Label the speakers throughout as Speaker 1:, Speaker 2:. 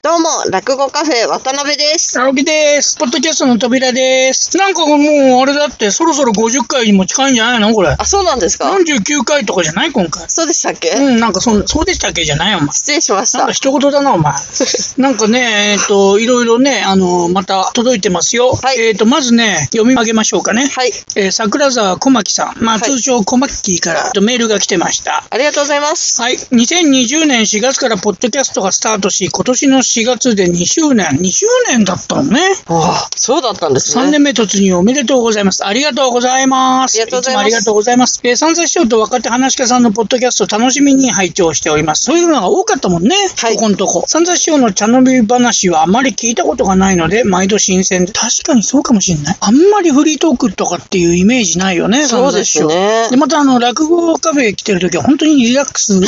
Speaker 1: どうも、落語カフェ渡辺です。
Speaker 2: 青木です。ポッドキャストの扉です。なんかもう、あれだって、そろそろ50回にも近いんじゃないのこれ。
Speaker 1: あ、そうなんですか
Speaker 2: 49回とかじゃない今回。
Speaker 1: そうでしたっけ、
Speaker 2: うん、なんかそん、そうでしたっけじゃないよ、お前。
Speaker 1: 失礼しまし
Speaker 2: なん
Speaker 1: た
Speaker 2: か。一言だな、お前。なんかね、えっ、と、いろいろね、あの、また届いてますよ。
Speaker 1: はい
Speaker 2: えっ、と、まずね、読み上げましょうかね。
Speaker 1: はい。
Speaker 2: えー桜沢小牧さん。ま
Speaker 1: は
Speaker 2: あ、
Speaker 1: い
Speaker 2: 通称小牧から、えっとメールが来てました。
Speaker 1: ありがとうございます。
Speaker 2: はい。2020年4月からポッドキャストがスタートし、今年の4月で2周年。2周年だったのね。
Speaker 1: ああ、そうだったんですね。
Speaker 2: 3年目突入おめでとうございます。ありがとうございます。
Speaker 1: ありがとうございます
Speaker 2: つもありがとうございます。えー、三歳師匠と若手話し家さんのポッドキャスト楽しみに拝聴しております。そういうのが多かったもんね。
Speaker 1: はい
Speaker 2: ここのとこ。三歳師匠の茶飲み話はあまり聞いたことがないので、毎度新鮮で。確かにそうかもしれない。あんまりフリートークとかっていうイメージないよね、
Speaker 1: そうで
Speaker 2: 三歳師
Speaker 1: す
Speaker 2: 匠。
Speaker 1: ね
Speaker 2: で。またあの落語カフェ来てる時は本当にリラックス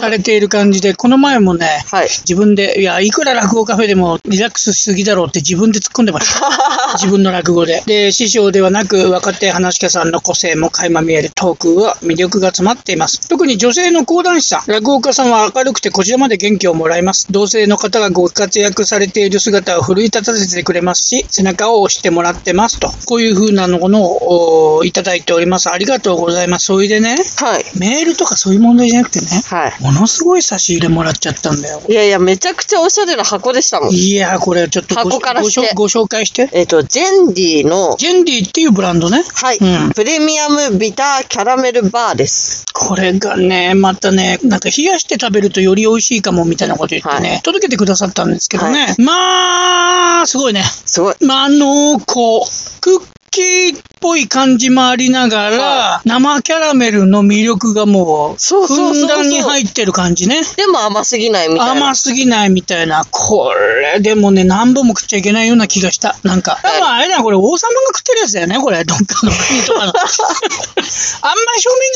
Speaker 2: されている感じでこの前もね、
Speaker 1: はい
Speaker 2: 自分でいやいくら落語カフェでもリラックスしすぎだろうって自分で突っ込んでました 自分の落語でで師匠ではなく若手話し家さんの個性も垣間見えるトークは魅力が詰まっています特に女性の講談師さん落語家さんは明るくてこちらまで元気をもらいます同性の方がご活躍されている姿を奮い立たせてくれますし背中を押してもらってますとこういう風なものをおいただいておりますありがとうございますそれでね
Speaker 1: はい。はい
Speaker 2: メールとかそういう問題じゃなくてね
Speaker 1: はい。
Speaker 2: ものすごい差し入れもらっちゃったんだよ
Speaker 1: いやいや、めちゃくちゃおしゃれな箱でしたもん。
Speaker 2: いやこれちょっとご
Speaker 1: 箱から
Speaker 2: ご
Speaker 1: して
Speaker 2: 紹ご紹介して
Speaker 1: えっ、と、ジェンディの、
Speaker 2: ジェンディっていうブランドね。
Speaker 1: はい、
Speaker 2: うん
Speaker 1: プレミアムビターキャラメルバーです。
Speaker 2: これがね、またね、なんか冷やして食べるとより美味しいかもみたいなこと言ってね、
Speaker 1: はい
Speaker 2: 届けてくださったんですけどね。
Speaker 1: は
Speaker 2: まあ、すごいね。
Speaker 1: すごい。
Speaker 2: まあ、濃厚。クッキーっぽい感じもありながら、
Speaker 1: は
Speaker 2: 生キャラメルの魅力がもう、
Speaker 1: そうそうそうそう
Speaker 2: ふんだんに入ってる感じね。
Speaker 1: でも甘すぎないみたいな。
Speaker 2: 甘すぎないみたいな。これ、でもね、何本も食っちゃいけないような気がした。なんか。
Speaker 1: はい
Speaker 2: まあ、あれだな、これ、王様が食ってるやつだよね、これ。どっかの 国とかの。あんまり庶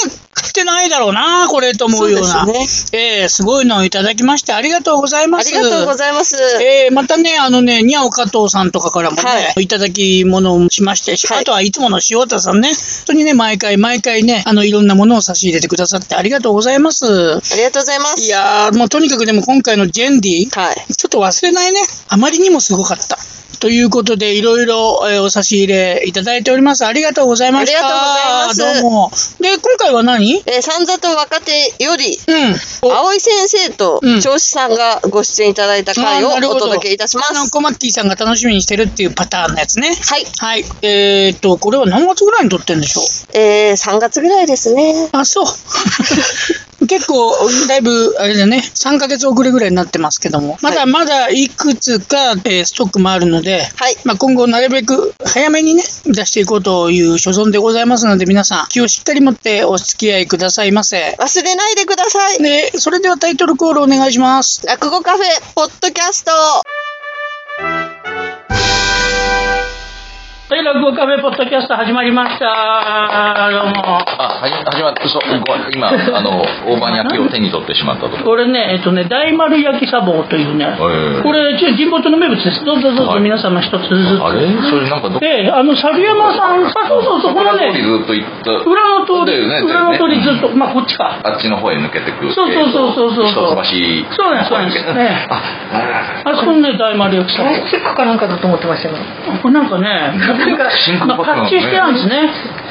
Speaker 2: 民が食ってないだろうな、これ、と思
Speaker 1: そう
Speaker 2: うよ
Speaker 1: で
Speaker 2: うな。
Speaker 1: すね。
Speaker 2: ええすごいのをいただきまして、ありがとうござい
Speaker 1: あ
Speaker 2: ます。
Speaker 1: りがとうございます。
Speaker 2: えー、またね、あのね、にゃお加藤さんとかからもね、
Speaker 1: はい
Speaker 2: い、ただきものをしまして、
Speaker 1: はい
Speaker 2: あとはいつもの塩田さんね、本当にね、毎回毎回ね、あの、いろんなものを差し入れてくださってありがとうございます。
Speaker 1: ありがとうございます。
Speaker 2: いやー、もうとにかくでも今回のジェンディ、ちょ
Speaker 1: はい。
Speaker 2: っと忘れないね。あまりにもすごかった。ということで、いろいろえーお差し入れいただいております。ありがとうございました。
Speaker 1: ありがとうございます
Speaker 2: どうも。で、今回は何
Speaker 1: えー、三座と若手より、
Speaker 2: うん。
Speaker 1: 葵先生と
Speaker 2: うん
Speaker 1: 調子さんがご出演いただいた回を
Speaker 2: あーなる
Speaker 1: お
Speaker 2: ほど
Speaker 1: 届けいたしま
Speaker 2: あの、
Speaker 1: す。
Speaker 2: コマッキーさんが楽しみにしてるっていうパターンのやつね。
Speaker 1: はい。
Speaker 2: はい。えー、っと、これは何月ぐらいに撮ってんでしょう
Speaker 1: えー、3月ぐらいですね。
Speaker 2: あ、そう。 結構、だいぶ、あれだね、3ヶ月遅れぐらいになってますけども、まだまだいくつか、えーストックもあるので、
Speaker 1: はい。
Speaker 2: まあ、今後なるべく早めにね、出していこうという所存でございますので、皆さん気をしっかり持ってお付き合いくださいませ。
Speaker 1: 忘れないでください。
Speaker 2: で、それではタイトルコールお願いします。
Speaker 1: 落語カフェ、ポッドキャスト。
Speaker 2: はい、落語カフェポッドキャスト始まりました。どうも。
Speaker 3: あ、はじ始まった、そう、ごめん今、あの、大判焼きを手に取ってしまったところ。
Speaker 2: これね、えっとね、大丸焼きサボというね、
Speaker 3: えー
Speaker 2: これ、ちょ神保町の名物です。どうぞどうぞ、
Speaker 3: はい
Speaker 2: 皆様一つずつ。
Speaker 3: あれそれなんかどっか、
Speaker 2: で、あの、猿山さん、あ、そうそうそう、これは
Speaker 3: 通り
Speaker 2: ね、
Speaker 3: ずっと行った。
Speaker 2: 裏の通り、
Speaker 3: だよね
Speaker 2: 裏の通り
Speaker 3: だよ
Speaker 2: ずっと、まあ、こっちか。
Speaker 3: あっちの方へ抜けてく
Speaker 2: そうそうそうそうそう
Speaker 3: えーと一橋。
Speaker 2: そうなんですそうなんですね
Speaker 3: あ、なるほど
Speaker 2: あそこにね、大丸焼きさん。
Speaker 4: プラスチックかなんかだと思ってましたよね。
Speaker 2: これなん かね、
Speaker 4: なんか
Speaker 3: 真空
Speaker 2: まあ、
Speaker 3: パ
Speaker 2: パ
Speaker 3: ックなの
Speaker 2: ッチしてあるんですね。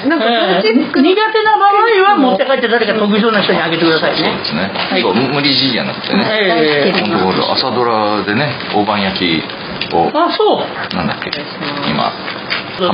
Speaker 4: なんかプラスチック
Speaker 2: えー苦手な場合は持って帰って誰か得意そうな人にあげてください
Speaker 3: そう
Speaker 2: ね
Speaker 3: で。すね。
Speaker 2: はい
Speaker 3: そう、無理強いじゃなくてね。
Speaker 2: え
Speaker 4: 大好き
Speaker 2: ー
Speaker 3: 今度今度朝ドラでね、大判焼きを、
Speaker 2: あ、そう。
Speaker 3: なんだっけ、今、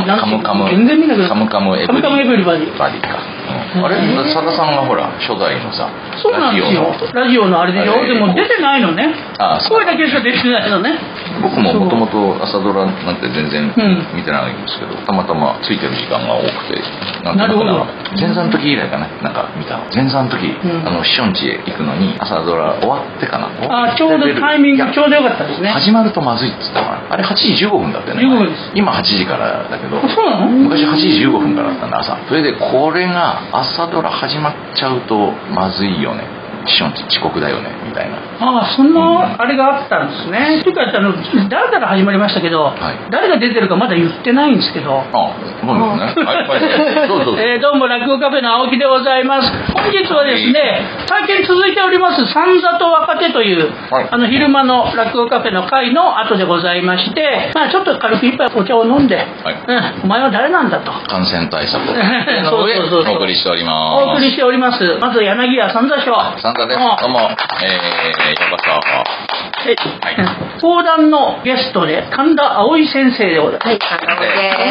Speaker 2: なん
Speaker 3: カムカム、
Speaker 2: 全然見なくなった
Speaker 3: カムカムエ
Speaker 2: カ
Speaker 3: ブ
Speaker 2: ム
Speaker 3: リ
Speaker 2: カムエブリバディ
Speaker 3: バディか。うんあれさださんがほら、初代のさ、
Speaker 2: そうなんですよ
Speaker 3: ラジオの。
Speaker 2: ラジオのあれでしょ。
Speaker 3: あれ
Speaker 2: でも出てないのね。
Speaker 3: あそう
Speaker 2: 声だけしか出てないのね。
Speaker 3: 僕ももともと朝ドラなんて全然
Speaker 2: うん
Speaker 3: 見てないんですけど、たまたまついてる時間が多くてなん
Speaker 2: な
Speaker 3: となく
Speaker 2: るほど
Speaker 3: 前座の時以来かななんか見たの前座の時、
Speaker 2: ん
Speaker 3: あの師匠ん家へ行くのに朝ドラ終わってかな
Speaker 2: あ、ちょうどタイミングちょうどよかったですね。
Speaker 3: 始まるとまずいっつったからあれ8時15分だったよね
Speaker 2: 15分です
Speaker 3: 今8時からだけど
Speaker 2: あそうなの
Speaker 3: 昔8時15分からだったんだ朝それでこれが朝ドラ始まっちゃうとまずいよねシオンって遅刻だよねみたいな
Speaker 2: ああそんなあれがあったんですね。というかあの誰から始まりましたけど、
Speaker 3: い
Speaker 2: 誰が出てるかまだ言ってないんですけど。
Speaker 3: あそうですねはい はいどうぞどうぞ
Speaker 2: えーどうも落語カフェの青木でございます本日はですね最近続いております「三座と若手」という、
Speaker 3: はい
Speaker 2: あの昼間の落語カフェの会の後でございまして、まあ、ちょっと軽く一杯お茶を飲んで、うん、お前は誰なんだと
Speaker 3: 感染 対策をの上
Speaker 2: そうそうそうそう
Speaker 3: お送りしております
Speaker 2: お送りしておりますまず柳家三座師匠
Speaker 3: サンタです。
Speaker 2: うん
Speaker 3: どうも、えー、ようこそ。
Speaker 2: はい講談のゲストで神田葵先生でございます、
Speaker 4: はい、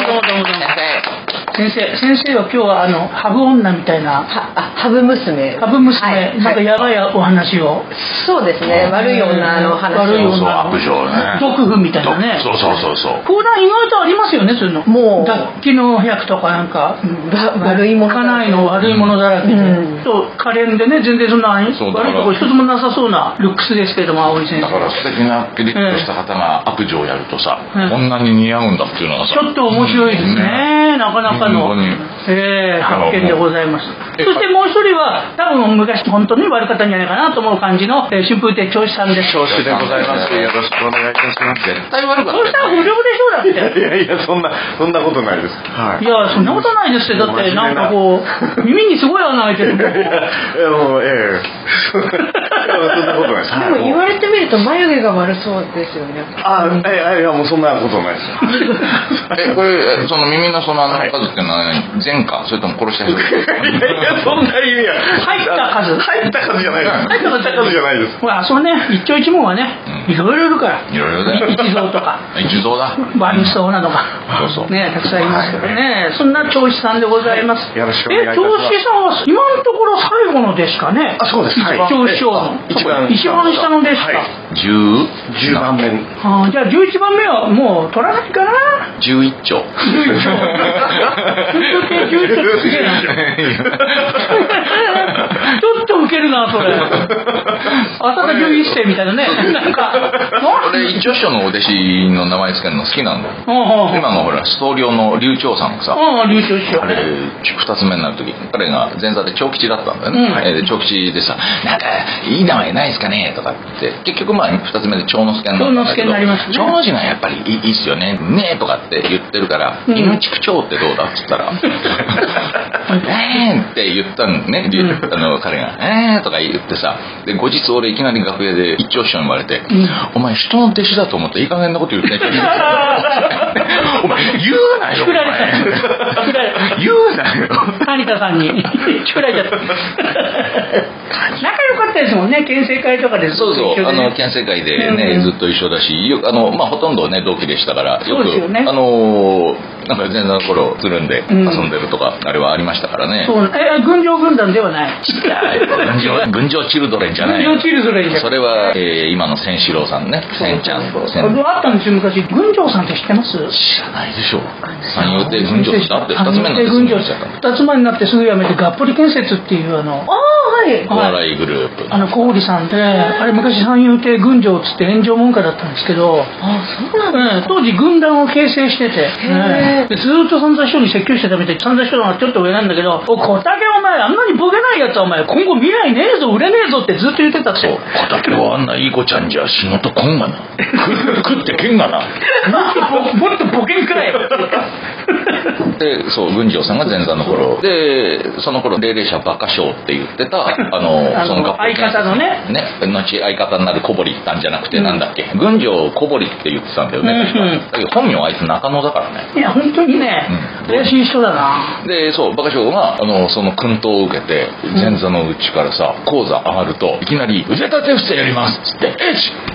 Speaker 4: あの
Speaker 2: どうも
Speaker 4: ね、
Speaker 2: どうもどうも
Speaker 3: 先
Speaker 2: 先生先生は今日はあのハブ女みたいな
Speaker 4: はあハブ娘。
Speaker 2: ハブ娘、
Speaker 4: はい
Speaker 2: なんかやばいお話を
Speaker 4: そうですね、悪い女の話を。
Speaker 2: 悪い女
Speaker 3: 生。そう、悪女ね。
Speaker 2: 毒婦みたいなね
Speaker 3: そうそうそうそう。
Speaker 2: 講談意外とありますよねそういうの
Speaker 4: もう
Speaker 2: 楽器の百とかなんか
Speaker 4: わ悪いもの
Speaker 2: かないの悪いものだらけで、
Speaker 4: うん
Speaker 2: と可憐でね全然そんな悪い
Speaker 3: そう
Speaker 2: と
Speaker 3: だから
Speaker 2: こ一つもなさそうなルックスですけれども葵先
Speaker 3: だか
Speaker 2: 生
Speaker 3: ら素敵なピリッとした方が悪女をやるとさ、
Speaker 2: うん
Speaker 3: こんなに似合うんだっていうのがさ
Speaker 2: ちょっと面白いですね、なかなかの
Speaker 3: 本当に、
Speaker 2: えー発見でございますそ
Speaker 3: え
Speaker 2: してもう一人は多分昔本当に悪かったんじゃないかなと思う感じの、えー春風亭長子さんです
Speaker 5: 恐縮でございます。よろしくお願いいたします。
Speaker 3: 絶対悪か
Speaker 2: そ
Speaker 3: った
Speaker 2: したら不良
Speaker 3: よ
Speaker 2: でしょだって
Speaker 5: いやいや、そんな、そんなことないです。はい
Speaker 2: やそんなことないですよだってなんかこう耳にすごい穴開いてるも
Speaker 5: いや、
Speaker 2: ん
Speaker 5: いやもう、ええ、そんなそんなことないです。
Speaker 4: でも言われてみると眉毛が悪そうですよね。
Speaker 5: あ、いや、いや、もうそんなことないです。
Speaker 3: え、これ、えその耳のその穴の数っていうのは何前科それとも殺し た人
Speaker 5: いやいや、そんな意味は。
Speaker 2: 入った数
Speaker 5: 入った数じゃないです。
Speaker 2: 入った数
Speaker 5: じゃないです。
Speaker 2: ほらそうね一丁一問はね
Speaker 3: うん
Speaker 2: いろいろいるから
Speaker 3: いろいろだよ。
Speaker 2: 一蔵とか
Speaker 3: 一蔵だ。
Speaker 2: ワニソーなどが
Speaker 3: そうそう。
Speaker 2: ねたくさんいますけどねそんな長子さんでございます
Speaker 5: はいよろしくお願いいたします
Speaker 2: え長子さんは今のところ最後の弟子かね
Speaker 5: あ、そうです。はい。
Speaker 2: 長子師匠の
Speaker 5: 一番
Speaker 2: 一番下の弟子か、
Speaker 5: はい
Speaker 3: 十
Speaker 5: 十番目。
Speaker 2: あーじゃあ11番目はもう取らないかな
Speaker 3: 十一丁。
Speaker 2: 春風亭11丁すげえな ちょっとウケるなそれ浅田純一世みたいなね なんかなん
Speaker 3: 俺、一丁師匠のお弟子の名前つけるの好きなんだよ。
Speaker 2: うんうん
Speaker 3: 今のほら総領の流暢さんがさ、
Speaker 2: うん、流暢師匠
Speaker 3: あれ2つ目になる時彼が前座で長吉だったんだよね、
Speaker 2: うん
Speaker 3: えーで長吉でさ「なんかいい名前ないですかね?」とかって結局まあ2つ目で長之助になったんだけ
Speaker 2: 長之助
Speaker 3: ど
Speaker 2: になりましたね
Speaker 3: 長之がやっぱりいいいいっすよね「ねえ」とかって言ってるから「
Speaker 2: うん
Speaker 3: 犬畜長ってどうだ?」っつった ら「ええ」って言ったのね、りゅ
Speaker 2: うん
Speaker 3: あの彼が「ええ」とか言ってさで後日俺いきなり楽屋で一丁師匠に言われて「
Speaker 2: ん
Speaker 3: お前人の弟子だと思っていい加減なこと言ってない」 お前言うなよ
Speaker 2: 作られた作られた
Speaker 3: 言うなよ
Speaker 2: 成田さん に作られちゃった仲良かったですもんね県政会とかでずっ
Speaker 3: そう
Speaker 2: と
Speaker 3: そう
Speaker 2: 一緒
Speaker 3: あ
Speaker 2: で
Speaker 3: の
Speaker 2: ね
Speaker 3: 県政会でね、
Speaker 2: うん
Speaker 3: ずっと一緒だしよくあの、まあ、ほとんどね同期でしたからよ
Speaker 2: そうですよ
Speaker 3: く
Speaker 2: ね
Speaker 3: あのーなんか前座の頃つるんで
Speaker 2: ん
Speaker 3: 遊んでるとか、あれはありましたからね
Speaker 2: そうえ軍上軍団ではない
Speaker 3: いや 群青群青チルドレンじゃない
Speaker 2: 軍上チルドレンじゃ
Speaker 3: それは、えー今の千四郎さんね千ちゃんと千
Speaker 2: 僕あったんですよ昔軍上さんって知ってます
Speaker 3: 知らないでしょ三遊亭群青ってだって二つ目なんです
Speaker 2: 軍上二つ前になってすぐ辞めてがっぽり建設っていうあの
Speaker 4: ああ、はい。
Speaker 3: お笑いグループ
Speaker 2: あの小堀さんってあれ昔三遊亭群青っつって炎上文化だったんですけど
Speaker 4: あ、そうなんだ。
Speaker 2: うん当時軍団を形成してて、
Speaker 4: へー
Speaker 2: でずっと散々師匠に説教してたみたいで散々師匠の方がちょっと上なんだけど「おい小竹お前あんなにボケないやつはお前今後未来ねえぞ売れねえぞ」ってずっと言ってたって
Speaker 3: そう小竹はあんないい子ちゃんじゃ仕事来んがな食ってけんがな
Speaker 2: もっとボケにく らえよ
Speaker 3: でそう群青さんが前座の頃でその頃霊霊者バカ賞って言ってたあの
Speaker 2: あの
Speaker 3: その学校
Speaker 2: 相方のね
Speaker 3: ね後相方になる小堀さんじゃなくてなんだっけ、群青小堀って言ってたんだよね、
Speaker 2: うんうん
Speaker 3: 確かだけど本名はあいつ中野だからね
Speaker 2: いや本当にね
Speaker 3: うん
Speaker 2: 怪しい人だな
Speaker 3: でそうバカ賞があのその薫陶を受けて前座のうちからさ講座上がるといきなり「腕立て伏せやります」っつって「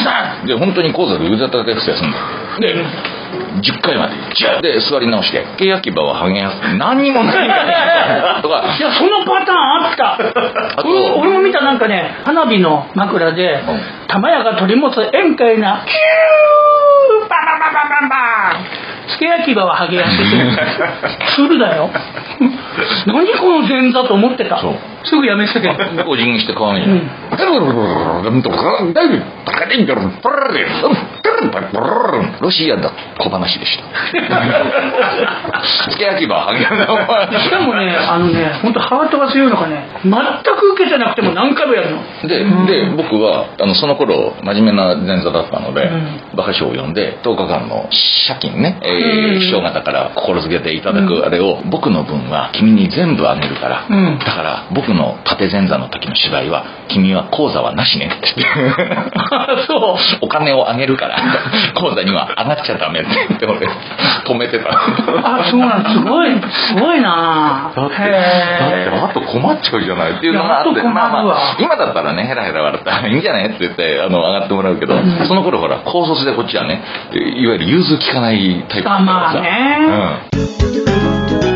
Speaker 3: 123」で本当に講座で腕立て伏せすんだで10回まで「じゃあ」で座り直して「契約牙はハゲやす何にもないんだよ」とか
Speaker 2: いやそのパターンあった
Speaker 3: あと
Speaker 2: 俺も俺も見たなんかね花火の枕で
Speaker 3: ん
Speaker 2: 玉屋が取り持つ宴会なキューババババババーン付け焼き場は剥げやすい 鶴だよ何この前座と思ってた
Speaker 3: そう
Speaker 2: すぐやめてたけど
Speaker 3: 個人にして買わないじゃん。ルンパルブルルンロシアだ小話でした つけ焼き場はげなお
Speaker 6: しかもね、あのね、本当ハートが強いのかね、全く受けてなくても何回もやるの。
Speaker 3: でで僕はあのその頃真面目な前座だったので、
Speaker 6: うん
Speaker 3: 馬鹿賞を呼んで10日間の借金ね、えー
Speaker 6: うん
Speaker 3: 師匠方から心づけていただ
Speaker 6: うん
Speaker 3: くあれを、僕の分は君に全部あげるから、
Speaker 6: うん
Speaker 3: だから僕の縦前座の時の芝居は君は口座はなしねって言って そうお金をあげるから口座には上がっちゃダメって言って俺止めてた
Speaker 6: あ、そうなん、すごい、すごいな
Speaker 3: だって、
Speaker 6: へー
Speaker 3: だって、あと困っちゃうじゃないっていうのがあって、
Speaker 6: いやあと困るわ
Speaker 3: まあまあ、今だったらね、ヘラヘラ笑ったら、いいんじゃないって言って、あの、上がってもらうけど、
Speaker 6: ん
Speaker 3: その頃ほら、高卒でこっちはね、いわゆる融通きかないタイプだから
Speaker 6: あ、
Speaker 3: さ。
Speaker 6: まあね。
Speaker 3: うん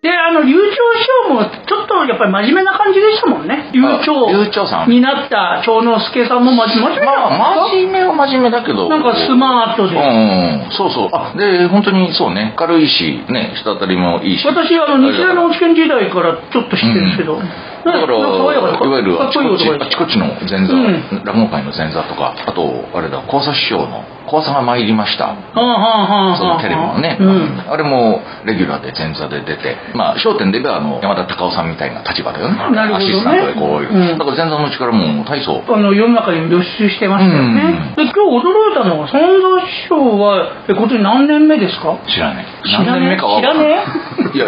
Speaker 6: で、あの、流暢師匠も、ちょっとやっぱり真面目な感じでしたもんね。流
Speaker 3: あ流暢
Speaker 6: 暢
Speaker 3: さん
Speaker 6: になった長之助さんも真面目
Speaker 3: まあ、真面目は真面目だけど。
Speaker 6: なんかスマートで
Speaker 3: うん、そうそう。あ、で、本当にそうね、軽いし、ね、人当たりもいいし。
Speaker 6: 私、あの、日大の落研時代からちょっと知ってるんですけど、
Speaker 3: うん
Speaker 6: ね
Speaker 3: だから、い
Speaker 6: なん爽やかで
Speaker 3: わゆる
Speaker 6: か
Speaker 3: あ
Speaker 6: っ
Speaker 3: ち
Speaker 6: こいい
Speaker 3: こち、
Speaker 6: 男で
Speaker 3: あちこちの前座、
Speaker 6: うん
Speaker 3: 落語界の前座とか、あと、あれだ、交差師匠の、交差が参りました。
Speaker 6: はあはあはあはあ
Speaker 3: そのテレビのね、
Speaker 6: うん。
Speaker 3: あれもレギュラーで前座で出て、まあ、笑点で言えばあの山田隆夫さんみたいな立場だよね。
Speaker 6: なるほどね
Speaker 3: アシスタントでこういう。
Speaker 6: うん
Speaker 3: だから前座の力も大層。
Speaker 6: あの世の中に露出してましたよね。で今日驚いたのは、三座師匠は、え、今年何年目ですか
Speaker 3: 知らねえ。
Speaker 6: 知らねえ
Speaker 3: 何年目かわかんない。いや、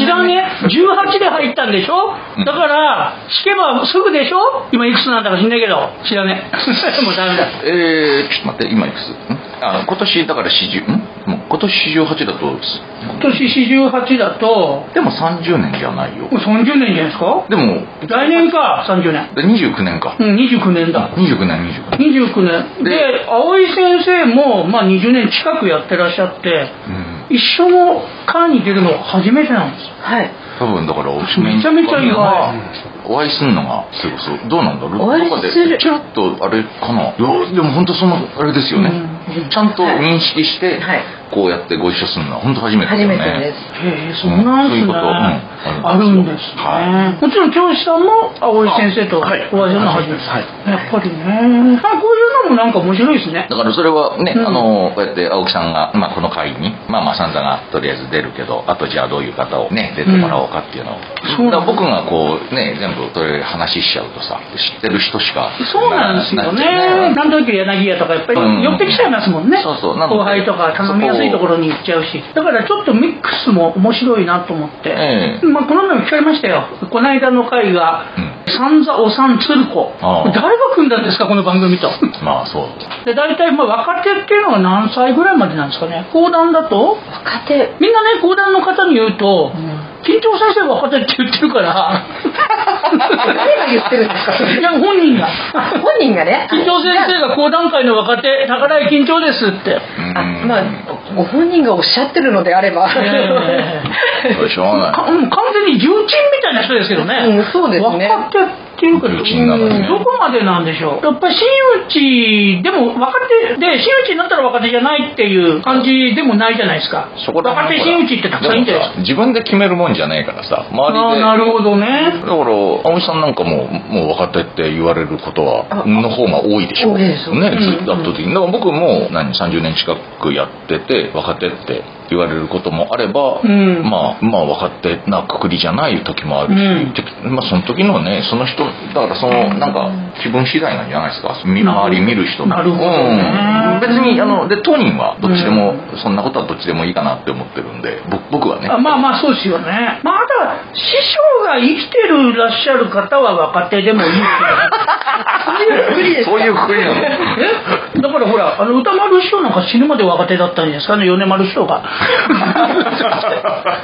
Speaker 6: 知らねえ ?18 で入ったんでしょ
Speaker 3: うん
Speaker 6: だから、聞けばすぐでしょ今いくつなんだか知んないけど、知らねえ。 もうダメだ。
Speaker 3: え。えー、ちょっと待って、今いくつんあ今年だから40、んもう今年48だと、
Speaker 6: 今年48だと、
Speaker 3: でも30年じゃないよ
Speaker 6: もう。30年じゃないですか
Speaker 3: でも、
Speaker 6: 来年か、30年。
Speaker 3: で29年か。
Speaker 6: うん、29年だ。
Speaker 3: 29年、29年。
Speaker 6: 29年。
Speaker 3: で
Speaker 6: で、葵先生も、まあ20年近くやってらっしゃって、
Speaker 3: うん。
Speaker 6: 一緒の会に出るのが初めてなんです。
Speaker 5: はい。
Speaker 3: 多分だから、お し
Speaker 6: めちゃめちゃ意外
Speaker 3: お会いするのが、そうそう、どうなんだろう。
Speaker 5: お会いす
Speaker 3: どっか
Speaker 5: る
Speaker 3: でちらっと、あれかな。いや、でも本当その、あれですよね。ちゃんと認識して
Speaker 5: はい、
Speaker 3: こうやってご一緒するのは、本当初めてだ
Speaker 5: 初
Speaker 3: よね。
Speaker 5: めてです。
Speaker 6: へえ、そうなんすね。
Speaker 3: そういうことうん
Speaker 6: あ
Speaker 3: あ
Speaker 6: る
Speaker 3: る
Speaker 6: ん
Speaker 3: ん
Speaker 6: で
Speaker 3: ですすよ
Speaker 6: ね。もちろん教師さんも葵先生とお
Speaker 3: あは
Speaker 6: 会い
Speaker 3: い
Speaker 6: するのは初めて。
Speaker 3: はい
Speaker 6: やっぱりね。あ、こういうのもなんか面白いですね。
Speaker 3: だからそれはね、
Speaker 6: うん
Speaker 3: あのこうやって青木さんが、まあ、この会にまあまあ三座がとりあえず出るけどあとじゃあどういう方をね出てもらおうかっていうのを、
Speaker 6: そうなんだ
Speaker 3: だから僕がこうね全部それ話しちゃうとさ知ってる人しか
Speaker 6: そうなんですよね。なんとなく柳家とかやっぱり
Speaker 3: うん
Speaker 6: 寄ってきちゃいますもんね。
Speaker 3: そうそうなので
Speaker 6: 後輩とか頼みやすいところに行っちゃうし。だからちょっとミックスも面白いなと思って。
Speaker 3: ええ
Speaker 6: まあこの前も聞かれましたよ。この間の会が
Speaker 3: うん、
Speaker 6: 三座お三鶴子。
Speaker 3: ああ
Speaker 6: 誰が組んだんですか、この番組と。
Speaker 3: まあそう
Speaker 6: で大体まあ若手っていうのは何歳ぐらいまでなんですかね講談だと
Speaker 5: 若手。
Speaker 6: みんなね講談の方に言うと緊張先生は若手って言ってるから
Speaker 5: 誰が言ってるんですかそれ
Speaker 6: いや本人が
Speaker 5: 本人がね。
Speaker 6: 緊張先生が講談界の若手宝井緊張ですって
Speaker 3: うん
Speaker 5: あ、まあ、ご本人がおっしゃってるのであれば。
Speaker 6: え
Speaker 3: それしょうが
Speaker 6: か
Speaker 3: ない
Speaker 6: もう完全に重鎮みたいな人ですけどね、
Speaker 5: うんそうですね
Speaker 6: 若手っていうか
Speaker 3: 重鎮なのにね
Speaker 6: うんどこまでなんでしょうやっぱり真打ちでも若手で真打ちになったら若手じゃないっていう感じでもないじゃないですから
Speaker 3: そこら
Speaker 6: 若
Speaker 3: 辺
Speaker 6: 手
Speaker 3: ほ
Speaker 6: 真
Speaker 3: ら
Speaker 6: 打ちってたくさんいるんじゃないですか
Speaker 3: でもさ自分で決めるもんじゃないからさ周り
Speaker 6: ああ
Speaker 3: で
Speaker 6: なるほどね
Speaker 3: だから青木さんなんかももう若手って言われることは
Speaker 5: あ
Speaker 3: の方が多いでしょ
Speaker 5: 多いですよ
Speaker 3: ね
Speaker 6: うん
Speaker 3: ずっと圧倒的にだから僕も何30年近くやってて若手って言われることもあれば、
Speaker 6: うん
Speaker 3: まあまあ若手なくくりじゃない時もあるし、
Speaker 6: うん
Speaker 3: てまあ、その時のねその人だからそのなんか気分次第なんじゃないですか見周り見る人の
Speaker 6: なるほどね
Speaker 3: うん、別にあので当人はどっちでも、そんなことはどっちでもいいかなって思ってるんでぼ僕はね
Speaker 6: あまあまあそうですよねまああとは師匠が生きてるらっしゃる方は若手でもいい
Speaker 3: そういうくくりなの
Speaker 6: けどえだからほらあの歌丸師匠なんか死ぬまで若手だったんじゃないですかね米丸師匠が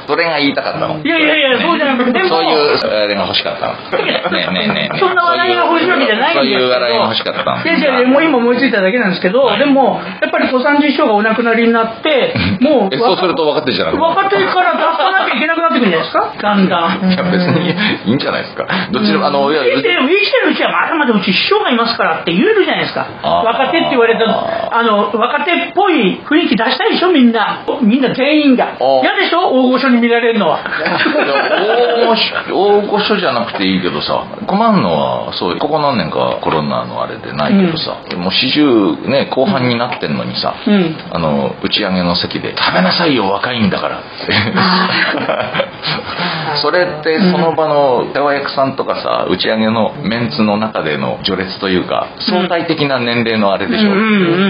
Speaker 3: それが言いたかったの。
Speaker 6: いやいやいやそうじゃなくてでも
Speaker 3: そういうあれが欲しか ったの。ねえねえ ねえねえ。
Speaker 6: そんな笑いが欲しいわけじゃないんですけど
Speaker 3: そういう笑いが欲しかったの。
Speaker 6: いやいやいやもう今思いついただけなんですけど、でもやっぱり小三治師匠がお亡くなりになってもう
Speaker 3: えそうすると分かってるじゃなくて
Speaker 6: 若手から出さなきゃいけなくなってくるいいですかだんだん。
Speaker 3: いや別にいいんじゃないですかどっちでもあのいや
Speaker 6: 生き
Speaker 3: 別
Speaker 6: てる
Speaker 3: に
Speaker 6: 生きてるうちはまだまだうち師匠がいますからって言えるじゃないですか
Speaker 3: あー
Speaker 6: 若手って言われたあの若手っぽい雰囲気出したいでしょみんなみんな全員が
Speaker 3: ー
Speaker 6: 嫌でしょ大御所に見られる のは
Speaker 3: 大御所大御所じゃなくていいけどさ困るのはそうここ何年かコロナのあれでないけどさ、もう40ね後半になってんのにさ、
Speaker 6: うん
Speaker 3: あの打ち上げの席で「食べなさいよ若いんだから」って それってその場の手話役さんとかさ打ち上げのメンツの中での序列というか相対的な年齢のあれでしょ、
Speaker 6: うんう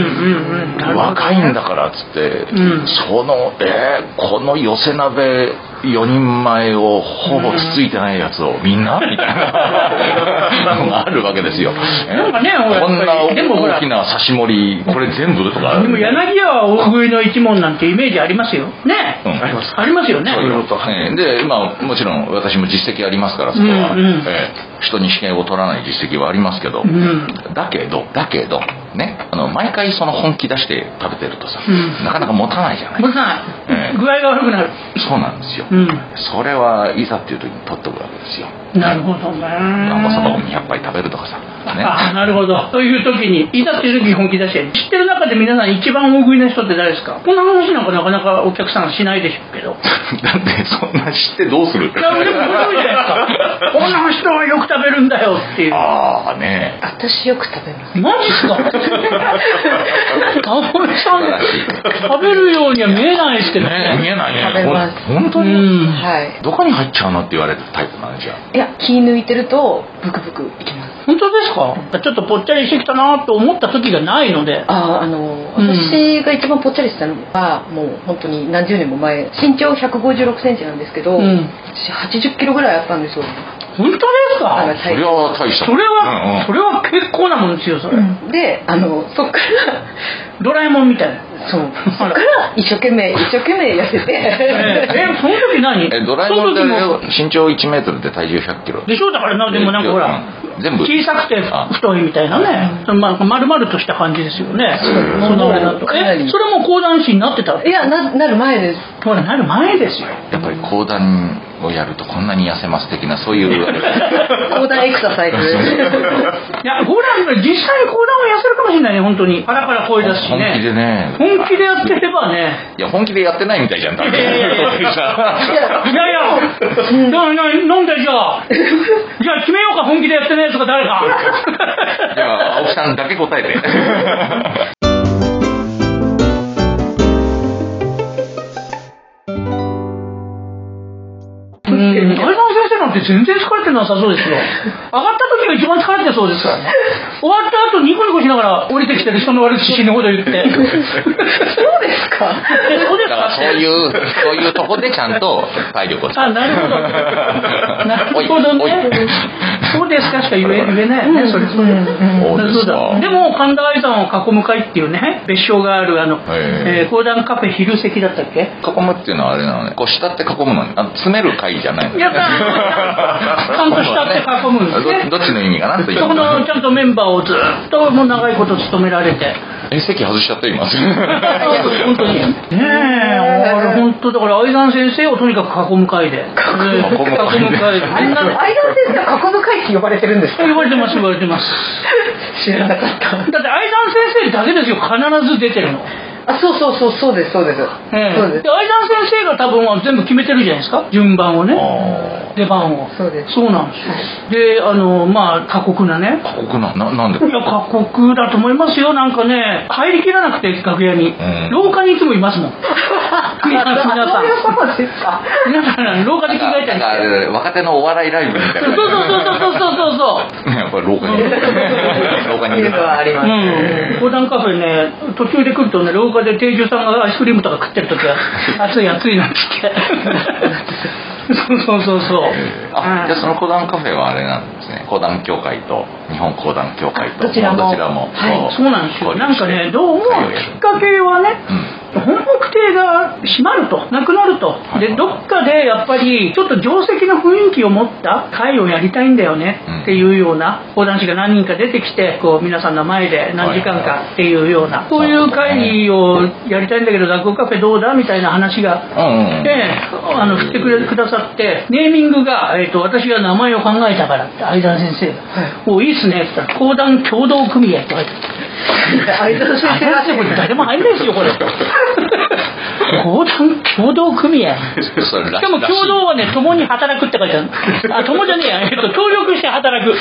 Speaker 6: ん
Speaker 3: 若いんだからっつって、
Speaker 6: うん
Speaker 3: そのえーこの寄せ鍋4人前をほぼつついてないやつをみんなみたいなのがあるわけですよ。
Speaker 6: なんかねほら
Speaker 3: こんな
Speaker 6: やっぱりでもほら
Speaker 3: 大きな刺し盛りこれ全部とか。
Speaker 6: でも柳家は大食いの一門なんてイメージありますよね、
Speaker 3: うんあります
Speaker 6: ありますよね
Speaker 3: そういうことええで今もちろん私も実績ありますからそこは、
Speaker 6: うんうん
Speaker 3: ええ人に試験を取らない実績はありますけど、
Speaker 6: うん
Speaker 3: だけどだけどねあの毎回その本気出して食べてるとさ、
Speaker 6: うん
Speaker 3: なかなか持たないじゃない、
Speaker 6: もうさ、
Speaker 3: ええ
Speaker 6: 具合が悪くなる
Speaker 3: そうなんですよ、
Speaker 6: うん
Speaker 3: それはいざっていう時に取っとくわけですよ
Speaker 6: なるほどね
Speaker 3: あんこそばを200杯食べるとかさね
Speaker 6: あなるほどという時にいざっていう時に本気出して知ってる中で皆さん一番大食いな人って誰ですかこんな話なんかなかなかお客さんしないでしょうけど
Speaker 3: だってそんな知ってどうする
Speaker 6: いやでも面白いじゃない ですかこんな人はよく食べるんだよっていう
Speaker 3: ああね
Speaker 5: 私よく食べます
Speaker 6: マジっす かタモリさん
Speaker 3: 素晴らし
Speaker 6: 食べるようには見えないですけど
Speaker 3: ね見
Speaker 6: ね
Speaker 3: えないね
Speaker 5: 食べます
Speaker 3: ほん本
Speaker 6: う
Speaker 3: 当に、
Speaker 6: ん
Speaker 5: はい
Speaker 3: どこに入っちゃうのって言われるタイプなんじゃ
Speaker 5: いや気抜いてるとブクブクいきます
Speaker 6: 本当ですかちょっとぽっちゃりしてきたなと思った時がないので
Speaker 5: あーあの
Speaker 6: うん
Speaker 5: 私が一番ぽっちゃりしてたのはもう本当に何十年も前身長1 5 6センチなんですけど、
Speaker 6: うん
Speaker 5: 私80キロぐらいあったんですよ
Speaker 6: 本当ですか
Speaker 5: あ
Speaker 3: それは大した
Speaker 6: それは、
Speaker 3: うんうん
Speaker 6: それは結構なもんですよそれ、
Speaker 5: であのそっから
Speaker 6: ドラえもんみたいな
Speaker 5: そうそっ
Speaker 6: あ
Speaker 5: からら一生懸命一生懸命痩せ
Speaker 6: え
Speaker 5: て
Speaker 6: えその時何
Speaker 3: えドラえもんって
Speaker 6: そ
Speaker 3: あ
Speaker 6: の
Speaker 3: れ
Speaker 6: 時も
Speaker 3: よ身長1メートルで体重100キロ
Speaker 6: でしょだからなでもなんかほら
Speaker 3: うん全部
Speaker 6: 小さくて
Speaker 3: あ
Speaker 6: 太いみたいなねそのまあ丸々とした感じですよね
Speaker 3: うん
Speaker 6: そのあれだと
Speaker 5: かなり
Speaker 6: えそれも講談師になってた
Speaker 5: いやななる前です
Speaker 6: ほらなる前ですよ
Speaker 3: やっぱり講談をやるとこんなに痩せます的なそういうあれ
Speaker 5: 高段エクササイズ
Speaker 6: いや講談実際に講談は痩せるかもしれないね本当にパラパラ声出すし
Speaker 3: 本気で
Speaker 6: ね
Speaker 3: ね
Speaker 6: 本気でやってればね
Speaker 3: いや本気でやってないみたいじゃん多分
Speaker 6: いやいやいやいいやいや、なななんだよじゃあ、じゃあ決めようか、本気でやってねえとか誰か。
Speaker 3: じゃあ青木さんだけ答えて
Speaker 6: うん、大山先生なんて全然疲れてなさそうですよ。上がった時が一番疲れてそうですからね。終わった後ニコニコしながら降りてきてる人の悪口死ぬほど言って。 そうですか。そうです
Speaker 3: だか
Speaker 6: か。
Speaker 3: らそういうそういうとこでちゃんと体力を使う
Speaker 6: あ、なるほ ど。 なるほど
Speaker 3: おいおい
Speaker 6: ね。そうですかしか言え言えないよね、それそうです。
Speaker 3: そうですか
Speaker 6: そうだでも神田愛さんを囲む会っていうね別称があるあの、
Speaker 3: へー
Speaker 6: えー講談カフェ昼席だったっけ
Speaker 3: 囲むっていうのはあれなのねこう下って囲むのにあの詰める会じゃないの
Speaker 6: やったーちゃんと下って囲むんですね
Speaker 3: どどっちの意味かなとい う
Speaker 6: そこのちゃんとメンバーをずっともう長いこと務められて
Speaker 3: え席外しちゃった 今
Speaker 6: 本 当にねえあれ本当だから愛さん先生をとにかく囲む会で囲
Speaker 3: む会
Speaker 6: 囲む会で
Speaker 5: あれ
Speaker 6: みんなで
Speaker 5: 愛川先生は過去の会って呼ばれてるんですか
Speaker 6: 言われてます言われてます
Speaker 5: 知らなかった
Speaker 6: だって愛さん先生だけですよ必ず出てるの
Speaker 5: あそうそうそうそうですそうです、そう
Speaker 6: ええ
Speaker 5: です
Speaker 6: で愛沢先生が多分は全部決めてるじゃないですか順番をね出番を
Speaker 5: そうです
Speaker 6: そうなんですよであのまあ過酷なね
Speaker 3: 過酷なななんで
Speaker 6: いや過酷だと思いますよなんかね入りきらなくて楽屋に、
Speaker 3: ん
Speaker 6: 廊下にいつもい ますもん
Speaker 5: あ
Speaker 6: 皆さん皆さん
Speaker 5: そういうことですか
Speaker 6: 皆さん廊下で着替えたり
Speaker 3: なんかあ
Speaker 6: して
Speaker 3: れ若手のお笑いライブみたい
Speaker 6: そう
Speaker 3: な
Speaker 6: そう そうそうそうそうそう
Speaker 3: ねやっぱり廊下にいる廊下にい
Speaker 5: いう
Speaker 3: る
Speaker 5: のはあります、
Speaker 6: うん、講談カフェね途中で来るとね廊下で定住さんがアイスクリームとか食ってる時は 暑い暑いなんつってそうそうそうそう
Speaker 3: あじゃあそ
Speaker 6: の
Speaker 3: の講談カフェはあれなんですね講談協会と日本講談協会と
Speaker 5: どちらも
Speaker 3: どちらも
Speaker 5: はい
Speaker 3: こ
Speaker 6: そうなんですよなんかねどうも
Speaker 3: 交流して
Speaker 6: きっかけはね、
Speaker 3: うん
Speaker 6: 本国邸が閉まるとなくなるとでどっかでやっぱりちょっと定石の雰囲気を持った会をやりたいんだよね
Speaker 3: うん
Speaker 6: っていうような講談師が何人か出てきてこう皆さんの前で何時間かっていうようなそういう会をやりたいんだけど落語カフェどうだみたいな話が
Speaker 3: うんうんうん
Speaker 6: ええあの振ってくれくださってネーミングが、えー、と私が名前を考えたからって相沢先生が「おいいっすね」って言ったら「講談協同組合」って書いてある相沢先生がこれ誰も入んないですよ これ講談協同組合
Speaker 3: それら
Speaker 6: しかも共同はね共に働くって書いてあるあ共じゃねえや、えっと、協力して働く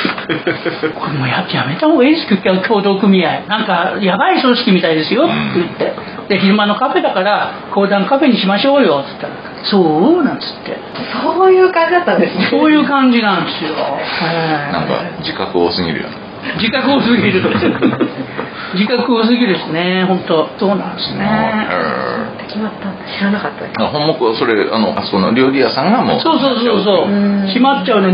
Speaker 6: これもうややめた方がいいですよ共同組合なんかやばい組織みたいですよって言ってで昼間のカフェだから講談カフェにしましょうよって言ったらそうなんつって
Speaker 4: そういう感じだったんですね
Speaker 6: そういう感じなんですよ、
Speaker 3: な
Speaker 6: は
Speaker 3: んか自覚多すぎるよね
Speaker 6: い自覚多すぎる 自覚多すぎるですね本当そうなんですね
Speaker 3: え
Speaker 4: 決まったんだ知らなかったです
Speaker 3: え本目はそれあのあそこの料理屋さんがもう
Speaker 6: そうそうそうそう
Speaker 4: うん
Speaker 6: 閉まっちゃうね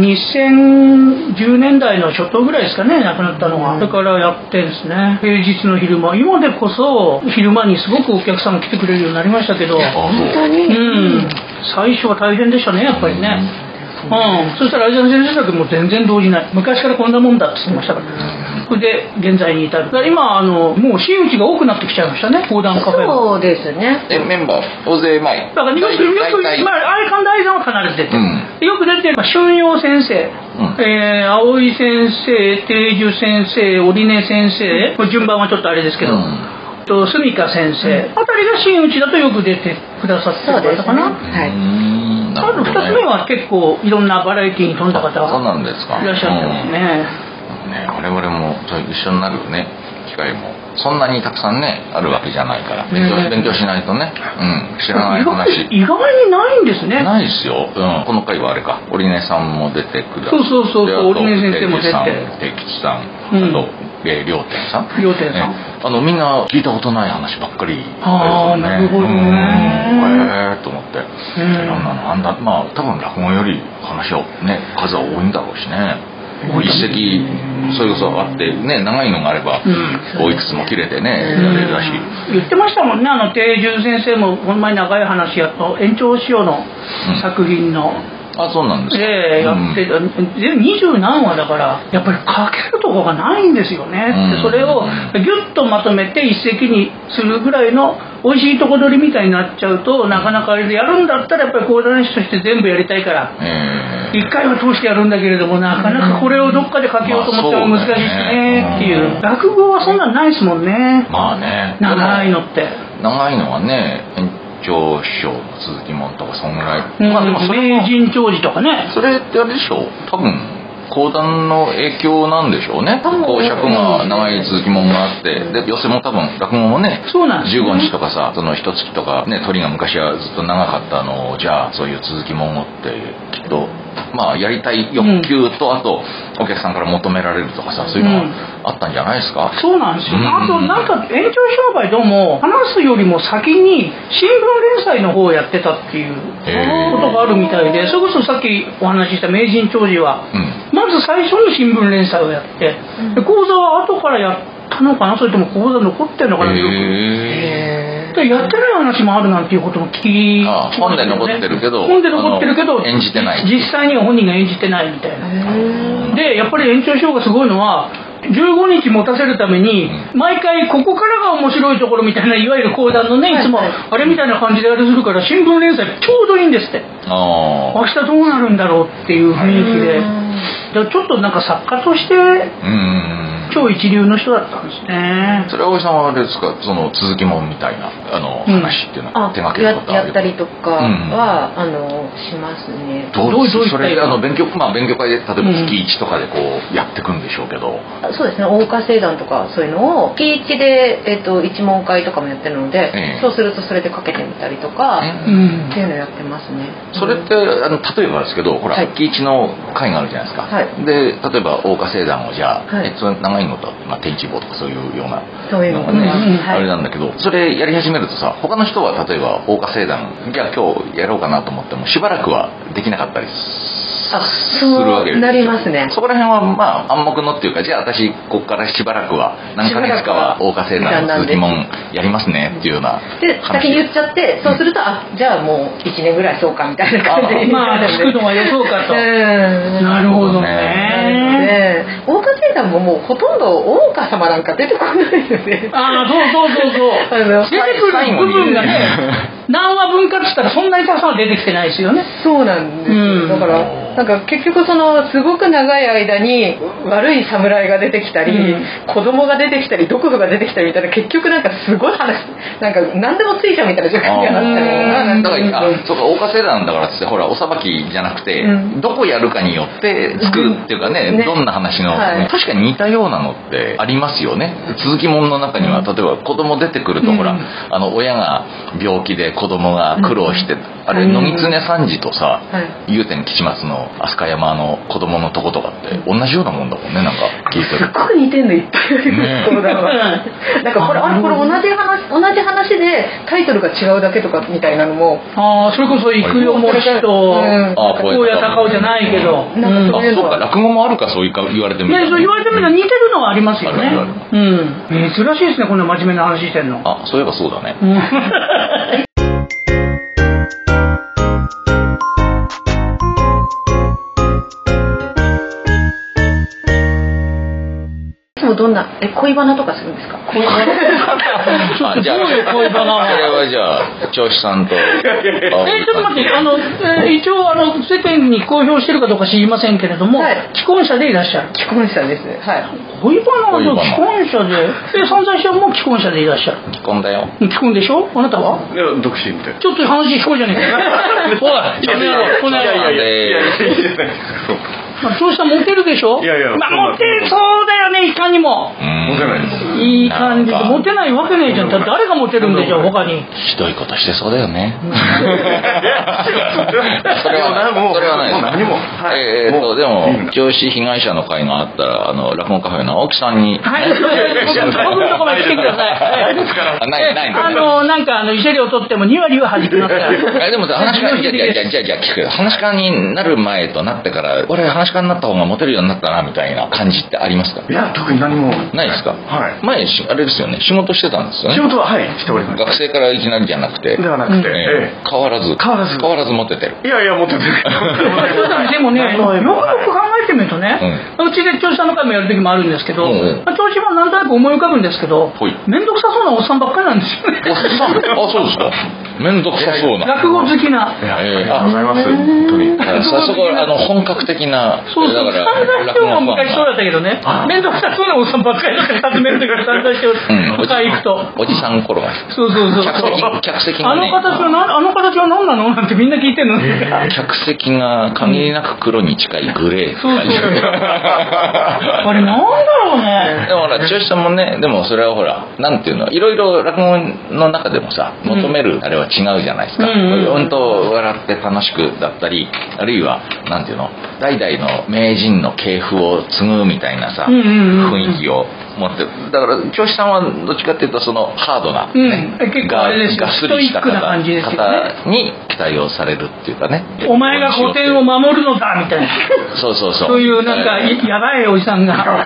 Speaker 6: 2010年代の初頭ぐらいですかね亡くなったのがだからやってんですね平日の昼間今でこそ昼間にすごくお客さん来てくれるようになりましたけど
Speaker 3: あそう
Speaker 4: 本当に、
Speaker 6: うん最初は大変でしたねやっぱりねうん、そしたら相沢先生だけもう全然動じない昔からこんなもんだって言ってましたからそれで現在に至るだから今あのもう真打ちが多くなってきちゃいましたね講談カフェ
Speaker 4: そう
Speaker 6: も
Speaker 4: ですね
Speaker 3: えメンバー大勢
Speaker 6: だ
Speaker 3: 前
Speaker 6: からよくよく
Speaker 3: 大体
Speaker 6: まあ、あれ神田愛さんは必ず出てる、
Speaker 3: うん
Speaker 6: よく出てる、まあ、春陽先生、
Speaker 3: うん
Speaker 6: えー青井先生定寿先生織根先生これ順番はちょっとあれですけど、
Speaker 3: うん
Speaker 6: と住香先生あたりが真打ちだとよく出てくださって
Speaker 4: そうで
Speaker 6: る
Speaker 4: す
Speaker 6: 方
Speaker 4: ねは
Speaker 6: かな、
Speaker 3: うー
Speaker 4: い
Speaker 3: んな
Speaker 6: あ
Speaker 3: る
Speaker 6: と
Speaker 3: ほど
Speaker 6: 2
Speaker 3: ね
Speaker 6: つ目は結構いろんなバラエティーに富んだ方
Speaker 3: あそう
Speaker 6: が
Speaker 3: なんです
Speaker 6: い
Speaker 3: か
Speaker 6: らっしゃってますね、
Speaker 3: うんね我々もそう一緒になるね機会もそんなにたくさんねあるわけじゃないから勉強,、
Speaker 4: ね
Speaker 3: 勉強しないとね、うん、知らない
Speaker 6: 意外
Speaker 3: 話
Speaker 6: 意外にないんですね
Speaker 3: ないですよ、うん、この回はあれか織根さんも出てくだ
Speaker 6: そうそうそうそう
Speaker 3: であと
Speaker 6: 織根先生も出て
Speaker 3: 定吉さん
Speaker 6: う
Speaker 3: 定
Speaker 6: ん
Speaker 3: 吉さんあと、えー、両天さん
Speaker 6: 両天さん
Speaker 3: ねあのみんな聞いたことない話ばっかりです
Speaker 6: あー
Speaker 3: よね
Speaker 6: なるほどね
Speaker 3: うんへえと思って、
Speaker 6: うん
Speaker 3: あんなのあんなまあ多分落語より話はね数は多いんだろうしね
Speaker 6: 多い
Speaker 3: 一席それこそあってね長いのがあれば、
Speaker 6: うん
Speaker 3: おいくつも切れてね
Speaker 6: う
Speaker 3: や
Speaker 6: ん
Speaker 3: れるらしい、
Speaker 6: 言ってましたもんねあの定住先生もほんまに長い話やっと延長しようの作品の、
Speaker 3: あそうなんですか、
Speaker 6: でやってた、で二十何話だからやっぱりかけるとこがないんですよね、
Speaker 3: う
Speaker 6: で
Speaker 3: ん
Speaker 6: それをギュッとまとめて一石にするぐらいの美味しいとこ取りみたいになっちゃうとなかなかあれでやるんだったらやっぱり講談師として全部やりたいから
Speaker 3: うんえー
Speaker 6: 一回は通してやるんだけれどもなかなかこれをどっかでかけようと思っても難しいしねっていう
Speaker 3: ま
Speaker 6: 落語はそんなんないですもんね
Speaker 3: まあね
Speaker 6: 長いのって。
Speaker 3: 長いのはね園長師匠の鈴木門とかそんぐらい、
Speaker 6: うん
Speaker 3: まあでもそれ
Speaker 6: 名
Speaker 3: も
Speaker 6: 人長寿とかね
Speaker 3: それってあれでしょう多分講談の影響なんでしょうね
Speaker 4: 多分
Speaker 3: 講釈が長い鈴木門があってで寄せも多分落語もね
Speaker 6: そうなんですよ
Speaker 3: 15日とかさその一月とかね鳥が昔はずっと長かったのをじゃあそういう続きもんをってきっとまあやりたい欲求と、あとお客さんから求められるとかさそういうの
Speaker 6: うん
Speaker 3: があったんじゃないですか、
Speaker 6: そうなんですよ、
Speaker 3: うん
Speaker 6: あとなんか延長商売どうも話すよりも先に新聞連載の方をやってたっていう
Speaker 3: へー
Speaker 6: ことがあるみたいでそれこそさっきお話しした名人長寿は
Speaker 3: うん
Speaker 6: まず最初の新聞連載をやってで講座は後からやったのかなそれとも講座残ってるのかな、
Speaker 3: へえ
Speaker 6: でやってない話もあるなんていうことも聞き
Speaker 3: ああ本で残ってるけど
Speaker 6: 本で残ってるけ
Speaker 3: あ
Speaker 6: ど
Speaker 3: の演じてない
Speaker 6: 実際には本人が演じてないみたいなでやっぱり延長賞がすごいのは15日持たせるために毎回ここからが面白いところみたいないわゆる講談のねいつも
Speaker 4: はいはい
Speaker 6: あれみたいな感じであれするから新聞連載ちょうどいいんですって
Speaker 3: あ
Speaker 6: 明
Speaker 3: あ
Speaker 6: 日どうなるんだろうっていう雰囲気でだからちょっとなんか作家として
Speaker 3: うん
Speaker 6: 超一流の人だったんですね
Speaker 3: それは葵さんはあれですかその続きもんみたいなあ
Speaker 6: う
Speaker 3: の
Speaker 6: ん
Speaker 3: 話っていうのは
Speaker 4: あ
Speaker 3: 手掛け
Speaker 4: や
Speaker 3: ること
Speaker 4: やっ
Speaker 3: は
Speaker 4: たりとかは、あのしますね
Speaker 3: どうです
Speaker 6: どうどういった意
Speaker 3: それ
Speaker 6: 味
Speaker 3: あの勉強まあ勉強会で例えば
Speaker 6: うん
Speaker 3: 月一とかでこうやってくんでしょうけど、
Speaker 4: そうですね大岡星団とかそういうのを月一で、えっと一問会とかもやってるので、
Speaker 3: ええ
Speaker 4: そうするとそれでかけてみたりとか、
Speaker 6: う
Speaker 3: う
Speaker 6: ん
Speaker 3: ん
Speaker 4: っていうのやってますね
Speaker 3: それってあの例えばですけどほら、
Speaker 4: はい
Speaker 3: 月一の会があるじゃないですか、
Speaker 4: はい
Speaker 3: で例えば桜花星団をじゃあ、
Speaker 4: はい
Speaker 3: えその長いのと、まあ、天一坊とかそういうような
Speaker 4: そういう
Speaker 3: の
Speaker 4: の
Speaker 3: が
Speaker 4: がね、
Speaker 3: ね、あれ
Speaker 4: はい
Speaker 3: なんだけどそれやり始めるとさ他の人は例えば桜花星団じゃあ今日やろうかなと思ってもしばらくはできなかったり
Speaker 4: あ
Speaker 3: するわけです
Speaker 4: そうなりますね
Speaker 3: そこら辺はまあ暗黙のっていうかじゃあ私ここからしばらくは何ヶ月かは大岡生産の続きもんやりますねっていうような
Speaker 4: で先に言っちゃってそうすると、あじゃあもう1年ぐらいそうかみたいな感じに
Speaker 6: ま
Speaker 4: な
Speaker 6: あ
Speaker 4: るんで
Speaker 6: 聞くのはよそうかと
Speaker 4: うん
Speaker 6: なるほど
Speaker 4: ね
Speaker 6: ね
Speaker 4: え大岡聖団ももうほとんど大岡様なんか出てこないよね
Speaker 6: ああそうそうそうそう
Speaker 4: あの
Speaker 6: 出てくる部分がね何話分割したらそんなにたくさんは出てきてないですよね
Speaker 4: そうなんですよ、
Speaker 6: うん
Speaker 4: だからなんか結局そのすごく長い間に悪い侍が出てきたり、
Speaker 6: うん
Speaker 4: 子供が出てきたり毒婦が出てきたりみたいな結局なんかすごい話なんか何でもついちゃうみたいな状況にはなったりとか
Speaker 3: あ
Speaker 4: な
Speaker 3: ー
Speaker 4: ん
Speaker 3: だ
Speaker 4: か
Speaker 3: からあそうか大岡セダンだからっつってほらおさばきじゃなくて、
Speaker 4: うん
Speaker 3: どこやるかによって作るっていうかね,、
Speaker 4: うんね
Speaker 3: どんな話の、
Speaker 4: はい
Speaker 3: 確かに似たようなのってありますよね続きものの中には例えば子供出てくるとほら、
Speaker 4: うん
Speaker 3: あの親が病気で子供が苦労して、あれ
Speaker 4: うん
Speaker 3: 野光ね三次とさ
Speaker 4: はい
Speaker 3: 祐天吉松の飛鳥山の子供のとことかって同じようなもんだもんねなんか聞いて
Speaker 4: すっ
Speaker 3: る
Speaker 4: ごく似てんのいっぱいあります相談はなんかこれあれこれ同じ話同じ話でタイトルが違うだけとかみたいなのも
Speaker 6: ああそれこそ育くよもちと
Speaker 4: うん
Speaker 3: あー
Speaker 6: 高野高尾じゃないけど、
Speaker 4: うんなんか
Speaker 3: あそうか落語もあるかそういうか言われてみ
Speaker 6: ね、そう言われてみれば似てるのはありますよ
Speaker 3: あ
Speaker 6: ね
Speaker 3: るある。
Speaker 6: うん、珍しいですね、こんな真面目な話してんの。
Speaker 3: あそういえばそうだね
Speaker 6: うん
Speaker 4: いつもどんなえ恋バナとかするんですか恋 バナ
Speaker 6: ちょっ とどういう恋バナ
Speaker 3: これはじゃあ調子さんとえ
Speaker 6: えちょっと待って、あの、えー一応、あの、世間に公表してるかどうか知りませんけれども、
Speaker 4: はい
Speaker 6: 既婚者でいらっしゃる。
Speaker 4: 既婚者ですねはい
Speaker 6: 恋バナはもう
Speaker 3: 恋
Speaker 6: 既
Speaker 3: バ
Speaker 6: 婚者で、え、散々しはもう既婚者でいらっしゃる。
Speaker 3: 既婚だよ
Speaker 6: 既婚でしょあなたは
Speaker 5: や独身みたいな
Speaker 6: ちょっと話聞こうじゃねえか。おい、やめろ、この野郎
Speaker 5: いやいやいやいやいやいやいや
Speaker 6: まあ、調子はモテるでしょ
Speaker 5: いやいや
Speaker 6: まあ
Speaker 5: そんな
Speaker 6: モテそうだよね、いかにも。
Speaker 3: モ
Speaker 5: モテないです
Speaker 6: いい感じで。モテないわけねえじゃん。だって誰がモテるんでしょう、他に。
Speaker 3: ひどいことしてそうだよねそれ
Speaker 5: でもなもう
Speaker 3: はそれはないです
Speaker 5: もう何もはい
Speaker 3: えーっ
Speaker 5: も
Speaker 3: と
Speaker 5: う
Speaker 3: で
Speaker 5: いいん
Speaker 3: も
Speaker 5: だ
Speaker 3: 調子被害者の会があったらあの落語カフェの青木さんに
Speaker 6: はい、僕のとこまで来てください。
Speaker 3: あないない
Speaker 6: あの、なんか、あの、焦りを取っても2割は弾きますから。
Speaker 3: えでもさ話し家にじゃあじゃあじゃあじゃあ聞くよ話し家になる前となってから俺話し家になった方がモテるようになったなみたいな感じってありますか
Speaker 5: いや特に何も
Speaker 3: ないですか
Speaker 5: はい
Speaker 3: 前しあれですよね仕事してたんですよね
Speaker 5: 仕事ははいしております
Speaker 3: 学生からいきなりじゃなくて、
Speaker 5: ではなくて、
Speaker 3: え
Speaker 5: え
Speaker 3: え変わらず
Speaker 5: 変わらず
Speaker 3: 変わらずモ テてる
Speaker 5: えいやいや持ってて
Speaker 6: でもね、よくよく考えてみるとね、うちで調子の会もやる時もあるんですけど、
Speaker 3: うん
Speaker 6: まあ、調子もなんとなく思い浮かぶんですけど
Speaker 3: ほい、
Speaker 6: 面倒くさそうなおっさんばっかりなんですよ
Speaker 3: おっ
Speaker 6: ね。
Speaker 3: さんあそうですか面倒くさそうな
Speaker 6: 落語好きな。
Speaker 5: いやあ
Speaker 3: ええ
Speaker 5: りがとうございます本当に
Speaker 3: だから早速あの本格的な
Speaker 6: そうそう、
Speaker 3: だか
Speaker 6: 散
Speaker 3: ら
Speaker 6: 々しても
Speaker 3: ファン
Speaker 6: 昔そうだったけどね、面倒くさそうなおっさんばっかりだから、集める時に散々して、
Speaker 3: うんおじ
Speaker 6: 他行くと。
Speaker 3: おじさん転がし
Speaker 6: そうそうそう
Speaker 3: 客席客席
Speaker 6: あ
Speaker 3: が
Speaker 6: の
Speaker 3: ね
Speaker 6: 形はなあの形は何なのなんてみんな聞いてんの、
Speaker 3: 客席が限りなく黒に近いグレーって
Speaker 6: そうそ う
Speaker 3: 感じ
Speaker 6: あれなんだろうね
Speaker 3: でもほら剛さんもねでもそれはほらなんていうのいろいろ落語の中でもさ
Speaker 6: うん
Speaker 3: 求めるあれは違うじゃないですか、
Speaker 6: うんうんうん
Speaker 3: 本当笑って楽しくだったりあるいはなんていうの代々の名人の系譜を継ぐみたいなさ、
Speaker 6: うんうんうん
Speaker 3: 雰囲気を持ってだから剛さんはどっちかっていうとそのハードな、
Speaker 6: うん結構あれですよ
Speaker 3: ががっすりした
Speaker 6: ストイックな感じですよね
Speaker 3: 方に期待をされるっていうかね
Speaker 6: お前が古典を守るのだみたいな
Speaker 3: そうそうそう
Speaker 6: そういうなんかいやばいおじさんが
Speaker 5: や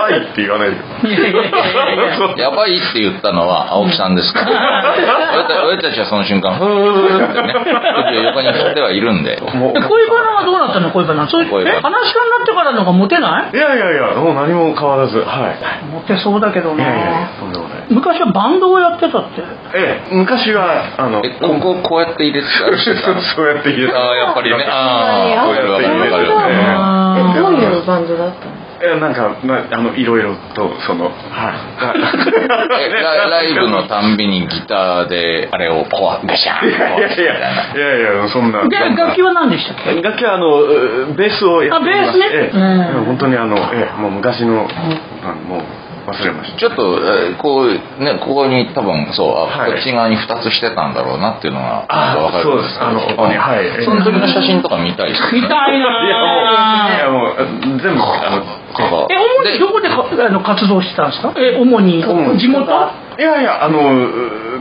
Speaker 5: ばいって言わないで
Speaker 6: いやいやいやいや
Speaker 3: やばいって言ったのは青木さんです から俺た俺たちはその瞬間ふーってね横に振ってはいるんで
Speaker 5: もう
Speaker 6: で恋バナはどうなったの恋バナそういう
Speaker 3: 恋バナ
Speaker 6: え話し家になってからのがモテない
Speaker 5: いやいやいやもう何も変わらずはい
Speaker 6: モテそうだけど
Speaker 5: いやいやい
Speaker 6: な
Speaker 5: やとんでもない
Speaker 6: 昔はバンドをやってたって
Speaker 5: ええ昔はあの
Speaker 3: えこ ここうやって入れてた
Speaker 5: そう
Speaker 3: りしてた
Speaker 5: そうやって入れた
Speaker 3: ああやっぱりねああこういうわかるわかる
Speaker 5: なるほど
Speaker 6: あ
Speaker 4: え
Speaker 6: ー
Speaker 4: どういうバンドだったの
Speaker 5: えなんかなあのいろいろとその はい
Speaker 3: えラライブのたんびにギターであれをこうガシャン
Speaker 5: いやい
Speaker 3: 壊
Speaker 5: や
Speaker 3: す
Speaker 5: い
Speaker 3: みたいな
Speaker 5: やいやいやそんな
Speaker 6: で楽器は何でしたっけ
Speaker 5: 楽器はあのベースをやっておりま
Speaker 6: あベ
Speaker 5: す
Speaker 6: ースね
Speaker 5: ええ
Speaker 6: うん
Speaker 5: 本当にあの、ええ、もう昔の、あのもう忘れました
Speaker 3: ちょっとえーこうねここに多分そうあ
Speaker 5: はい
Speaker 3: こっち側に2つしてたんだろうなっていうのが
Speaker 5: あ
Speaker 3: わかる
Speaker 5: そうですあのここにはいええ
Speaker 3: その時の写真とか見たいです
Speaker 6: みたい
Speaker 5: いや
Speaker 6: なぁ
Speaker 5: もういやもう全部あ
Speaker 3: ここ
Speaker 6: え主にどこでかあの活動してたんですかえ主に
Speaker 5: の
Speaker 6: 地元
Speaker 5: いやいやあの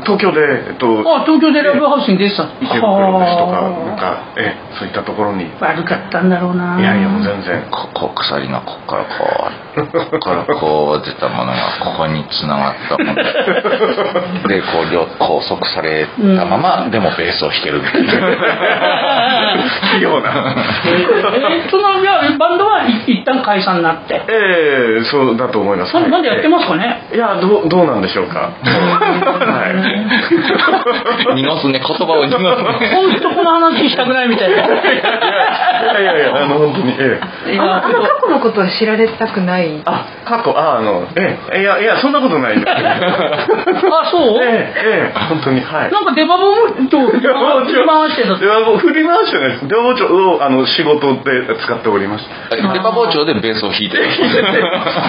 Speaker 5: 東京で、えっと、
Speaker 6: あ東京でライブハウスに出てたの
Speaker 5: 池袋ですとか、なん
Speaker 6: は
Speaker 5: か、ええ、そういったところに。い
Speaker 6: あ悪かったんだろうない
Speaker 5: やいや、もう全然。
Speaker 3: ここ鎖のこっからこうこっからこう出たものがここに繋 がったものでこう両拘束されたまま、でもベースを弾けるみ たいな
Speaker 5: 器用な。
Speaker 6: えそのいやバンドはい一旦解散になって
Speaker 5: ええ、そうだと思います。
Speaker 6: ななんでやって
Speaker 5: ま
Speaker 6: ますかね
Speaker 5: すいや、どう、どうなんでしょうか。 はい。
Speaker 3: 濁すね言葉を濁すね
Speaker 6: 本当この話したくないみたいな
Speaker 5: いやいやいや、あの、本当に、ええ。
Speaker 6: い
Speaker 4: あの
Speaker 6: や
Speaker 4: あの過去のことは知られたくない
Speaker 5: あ、過去、あ、あの、ええ、いや、いや、そんなことない です。
Speaker 6: あそう、
Speaker 5: ええ、ええ、本当に、はい。
Speaker 6: なんか出バボンと振り回してた
Speaker 5: いやもう振り回してないです。電話帳をあの仕事で使っておりま した。
Speaker 3: 出刃包丁でベースを弾いてる
Speaker 5: 電話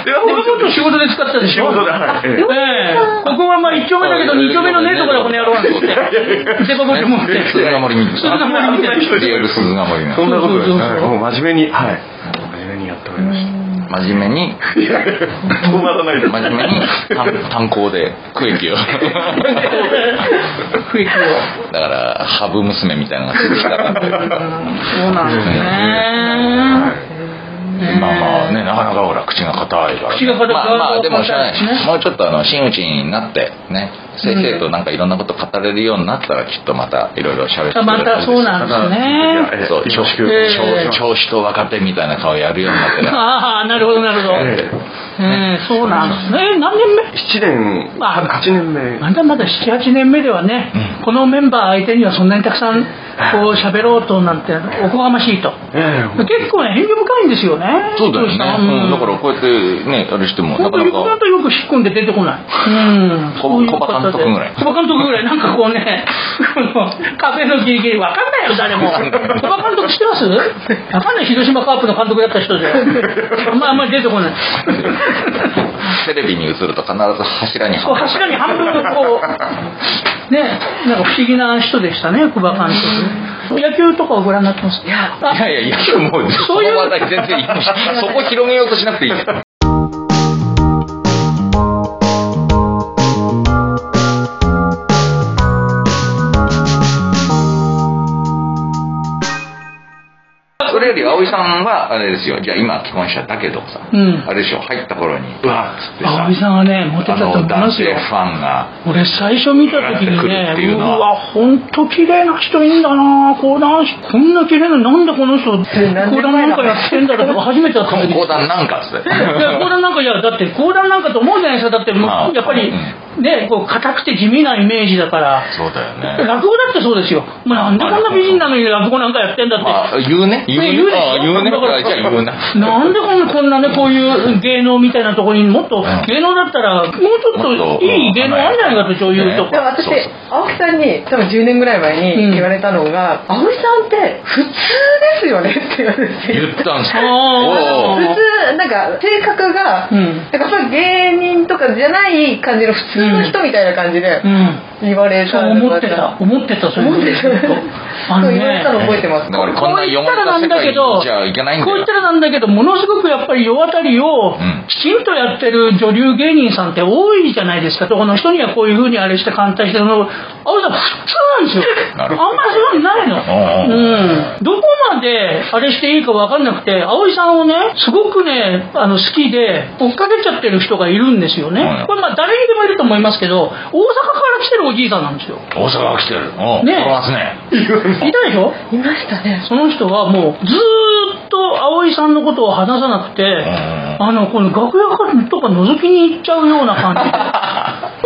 Speaker 6: でもちょっと
Speaker 5: 帳
Speaker 6: 仕事で使ってたでし
Speaker 5: 仕
Speaker 6: ょ
Speaker 5: 事で、はい。ええ
Speaker 6: ええここはまあ一丁目だけど二丁目のねえとこだこの野郎なんてデバボン持って
Speaker 3: 鈴ヶ森みたい
Speaker 6: 鈴
Speaker 3: な
Speaker 6: が森みたいな
Speaker 3: リアル鈴ヶ森な
Speaker 5: そんなことです。
Speaker 6: そうそうそう
Speaker 5: はい、もう真面目に、はい。真面目にやっておりました。
Speaker 3: 真面目に
Speaker 5: いや、止まらないです。
Speaker 3: 真面目に炭炭鉱で区域を
Speaker 6: 雰囲気を
Speaker 3: だからハブ娘みたいなのが出てきたから
Speaker 6: そうなんですね
Speaker 3: まあまあねなかなかほら口が硬いから、
Speaker 6: 口が硬い
Speaker 3: まあま
Speaker 6: ガード
Speaker 3: あ
Speaker 6: が
Speaker 3: でもしゃあ
Speaker 6: 硬いし
Speaker 3: ない
Speaker 6: ね
Speaker 3: もうちょっとあの真打ちになってね先生となんかいろんなこと語れるようになったらきっとまたいろいろ喋ってくれる
Speaker 6: またそうなんで
Speaker 5: ただ
Speaker 6: すね
Speaker 5: いやええ
Speaker 3: そう
Speaker 5: よろし
Speaker 3: 調
Speaker 5: く。
Speaker 6: ええ
Speaker 3: 調調子と若手みたいな顔やるようになってな
Speaker 6: ああなるほどなるほど
Speaker 5: ええ
Speaker 6: ええそうなんですね何年目
Speaker 5: 7年、
Speaker 6: まあ
Speaker 5: 8年目。
Speaker 6: まだまだ78年目ではね、このメンバー相手にはそんなにたくさんこう喋ろうとなんておこがましいと
Speaker 5: ええ
Speaker 6: 結構ね遠慮深いんですよね
Speaker 3: そうだよね、
Speaker 6: した
Speaker 3: うんだからこうやってねあれしても
Speaker 6: 本当
Speaker 3: なか
Speaker 6: に
Speaker 3: な
Speaker 6: この
Speaker 3: か
Speaker 6: 後よく引っ込んで出てこない。うん。そ
Speaker 3: 小
Speaker 6: ういう
Speaker 3: 小
Speaker 6: 方
Speaker 3: 葉監督ぐらい
Speaker 6: で小葉監督ぐらい、なんかこうね、 このカフェのギリギリ、わかんないよ、誰も。小葉監督知ってますわかんない、広島カープの監督だった人で。まあ、あんまり出てこない。
Speaker 3: テレビに映ると必ず柱に
Speaker 6: こう柱に半分こう、ね、なんか不思議な人でしたね、小葉監督。野球とかをご覧になってますいや
Speaker 3: いやいやいやもうそ
Speaker 6: そういう
Speaker 3: の話題全然いいそこ広げようとしなくていいそれより葵さんはあれですよじゃあ今既婚者だけどさ、
Speaker 6: うん
Speaker 3: あれでしょ入った頃に
Speaker 5: うわっつってさ
Speaker 6: 葵さんはね、モテた
Speaker 3: あ
Speaker 6: と思い
Speaker 3: の
Speaker 6: ま
Speaker 3: 男
Speaker 6: す
Speaker 3: 性
Speaker 6: よ。
Speaker 3: ファンが
Speaker 6: 俺最初見た時にね
Speaker 3: 来るっていう
Speaker 6: う
Speaker 3: のは
Speaker 6: わ本当綺麗な人いいんだなこう男子こんな綺麗ななんだこの人講談なんかやってんだろうとか初めてだった んだけど
Speaker 3: 講談なんかっつって
Speaker 6: いや講談なんかいやだって講談なんかと思うじゃないですかだってもう
Speaker 3: まあ
Speaker 6: やっぱりねこう硬くて地味なイメージだから
Speaker 3: そうだよね
Speaker 6: 落語だってそうですよもうなんでこんな美人なのに落語なんかやってんだって
Speaker 3: まあ言うね言うね
Speaker 6: ね言うでしょ
Speaker 3: あ言うね
Speaker 6: だから
Speaker 3: あじゃあ言うな
Speaker 6: なんでこんなこんなねこういう芸能みたいなところにもっと
Speaker 3: ん
Speaker 6: 芸能だったらもうちょ
Speaker 3: も
Speaker 6: っ
Speaker 3: っ
Speaker 6: と
Speaker 3: と
Speaker 6: いい芸能あるんじゃないかと女優と
Speaker 4: でも
Speaker 6: か。
Speaker 4: 私
Speaker 3: そうそう
Speaker 4: 青木さんに多分10年ぐらい前
Speaker 6: うん
Speaker 4: に言われたのが「青木さんって普通ですよね」って言われて
Speaker 3: 言ったんですよ
Speaker 6: あー
Speaker 3: お
Speaker 4: 普通なんか性格が、
Speaker 6: うん
Speaker 4: なんかそういう芸人とかじゃない感じの普通の人みたいな感じで
Speaker 6: うん
Speaker 4: 言われ
Speaker 6: そ
Speaker 4: た
Speaker 6: う思ってた思ってたそれ
Speaker 4: 思ってた
Speaker 6: あの
Speaker 4: そう言われたの
Speaker 6: ね
Speaker 4: 覚えてます
Speaker 3: だからこんな汚れた世界にじゃいけないんだ
Speaker 6: こう言
Speaker 3: よ
Speaker 6: ったらなんだけどものすごくやっぱり世渡りを
Speaker 3: ん
Speaker 6: きちんとやってる女流芸人さんって多いじゃないですかどこの人にはこういうふうにあれして簡単してるの青さん普通なですよあ
Speaker 3: なんる
Speaker 6: んまりそういうのないの
Speaker 3: うん
Speaker 6: うんどこまであれしていいか分かんなくて葵さんをねすごくねあの好きで追っかけちゃってる人がいるんですよね
Speaker 3: うん
Speaker 6: これまあ誰にでもいると思いますけど大阪から来てるおじいさんなんですよ
Speaker 3: 大阪来てるおう
Speaker 6: ねえ
Speaker 3: 転がすね
Speaker 6: いたでしょ
Speaker 4: いましたね
Speaker 6: その人はもうずーっと葵さんのことを話さなくて、
Speaker 3: ん
Speaker 6: あのこの楽屋からとか覗きに行っちゃうような感じで。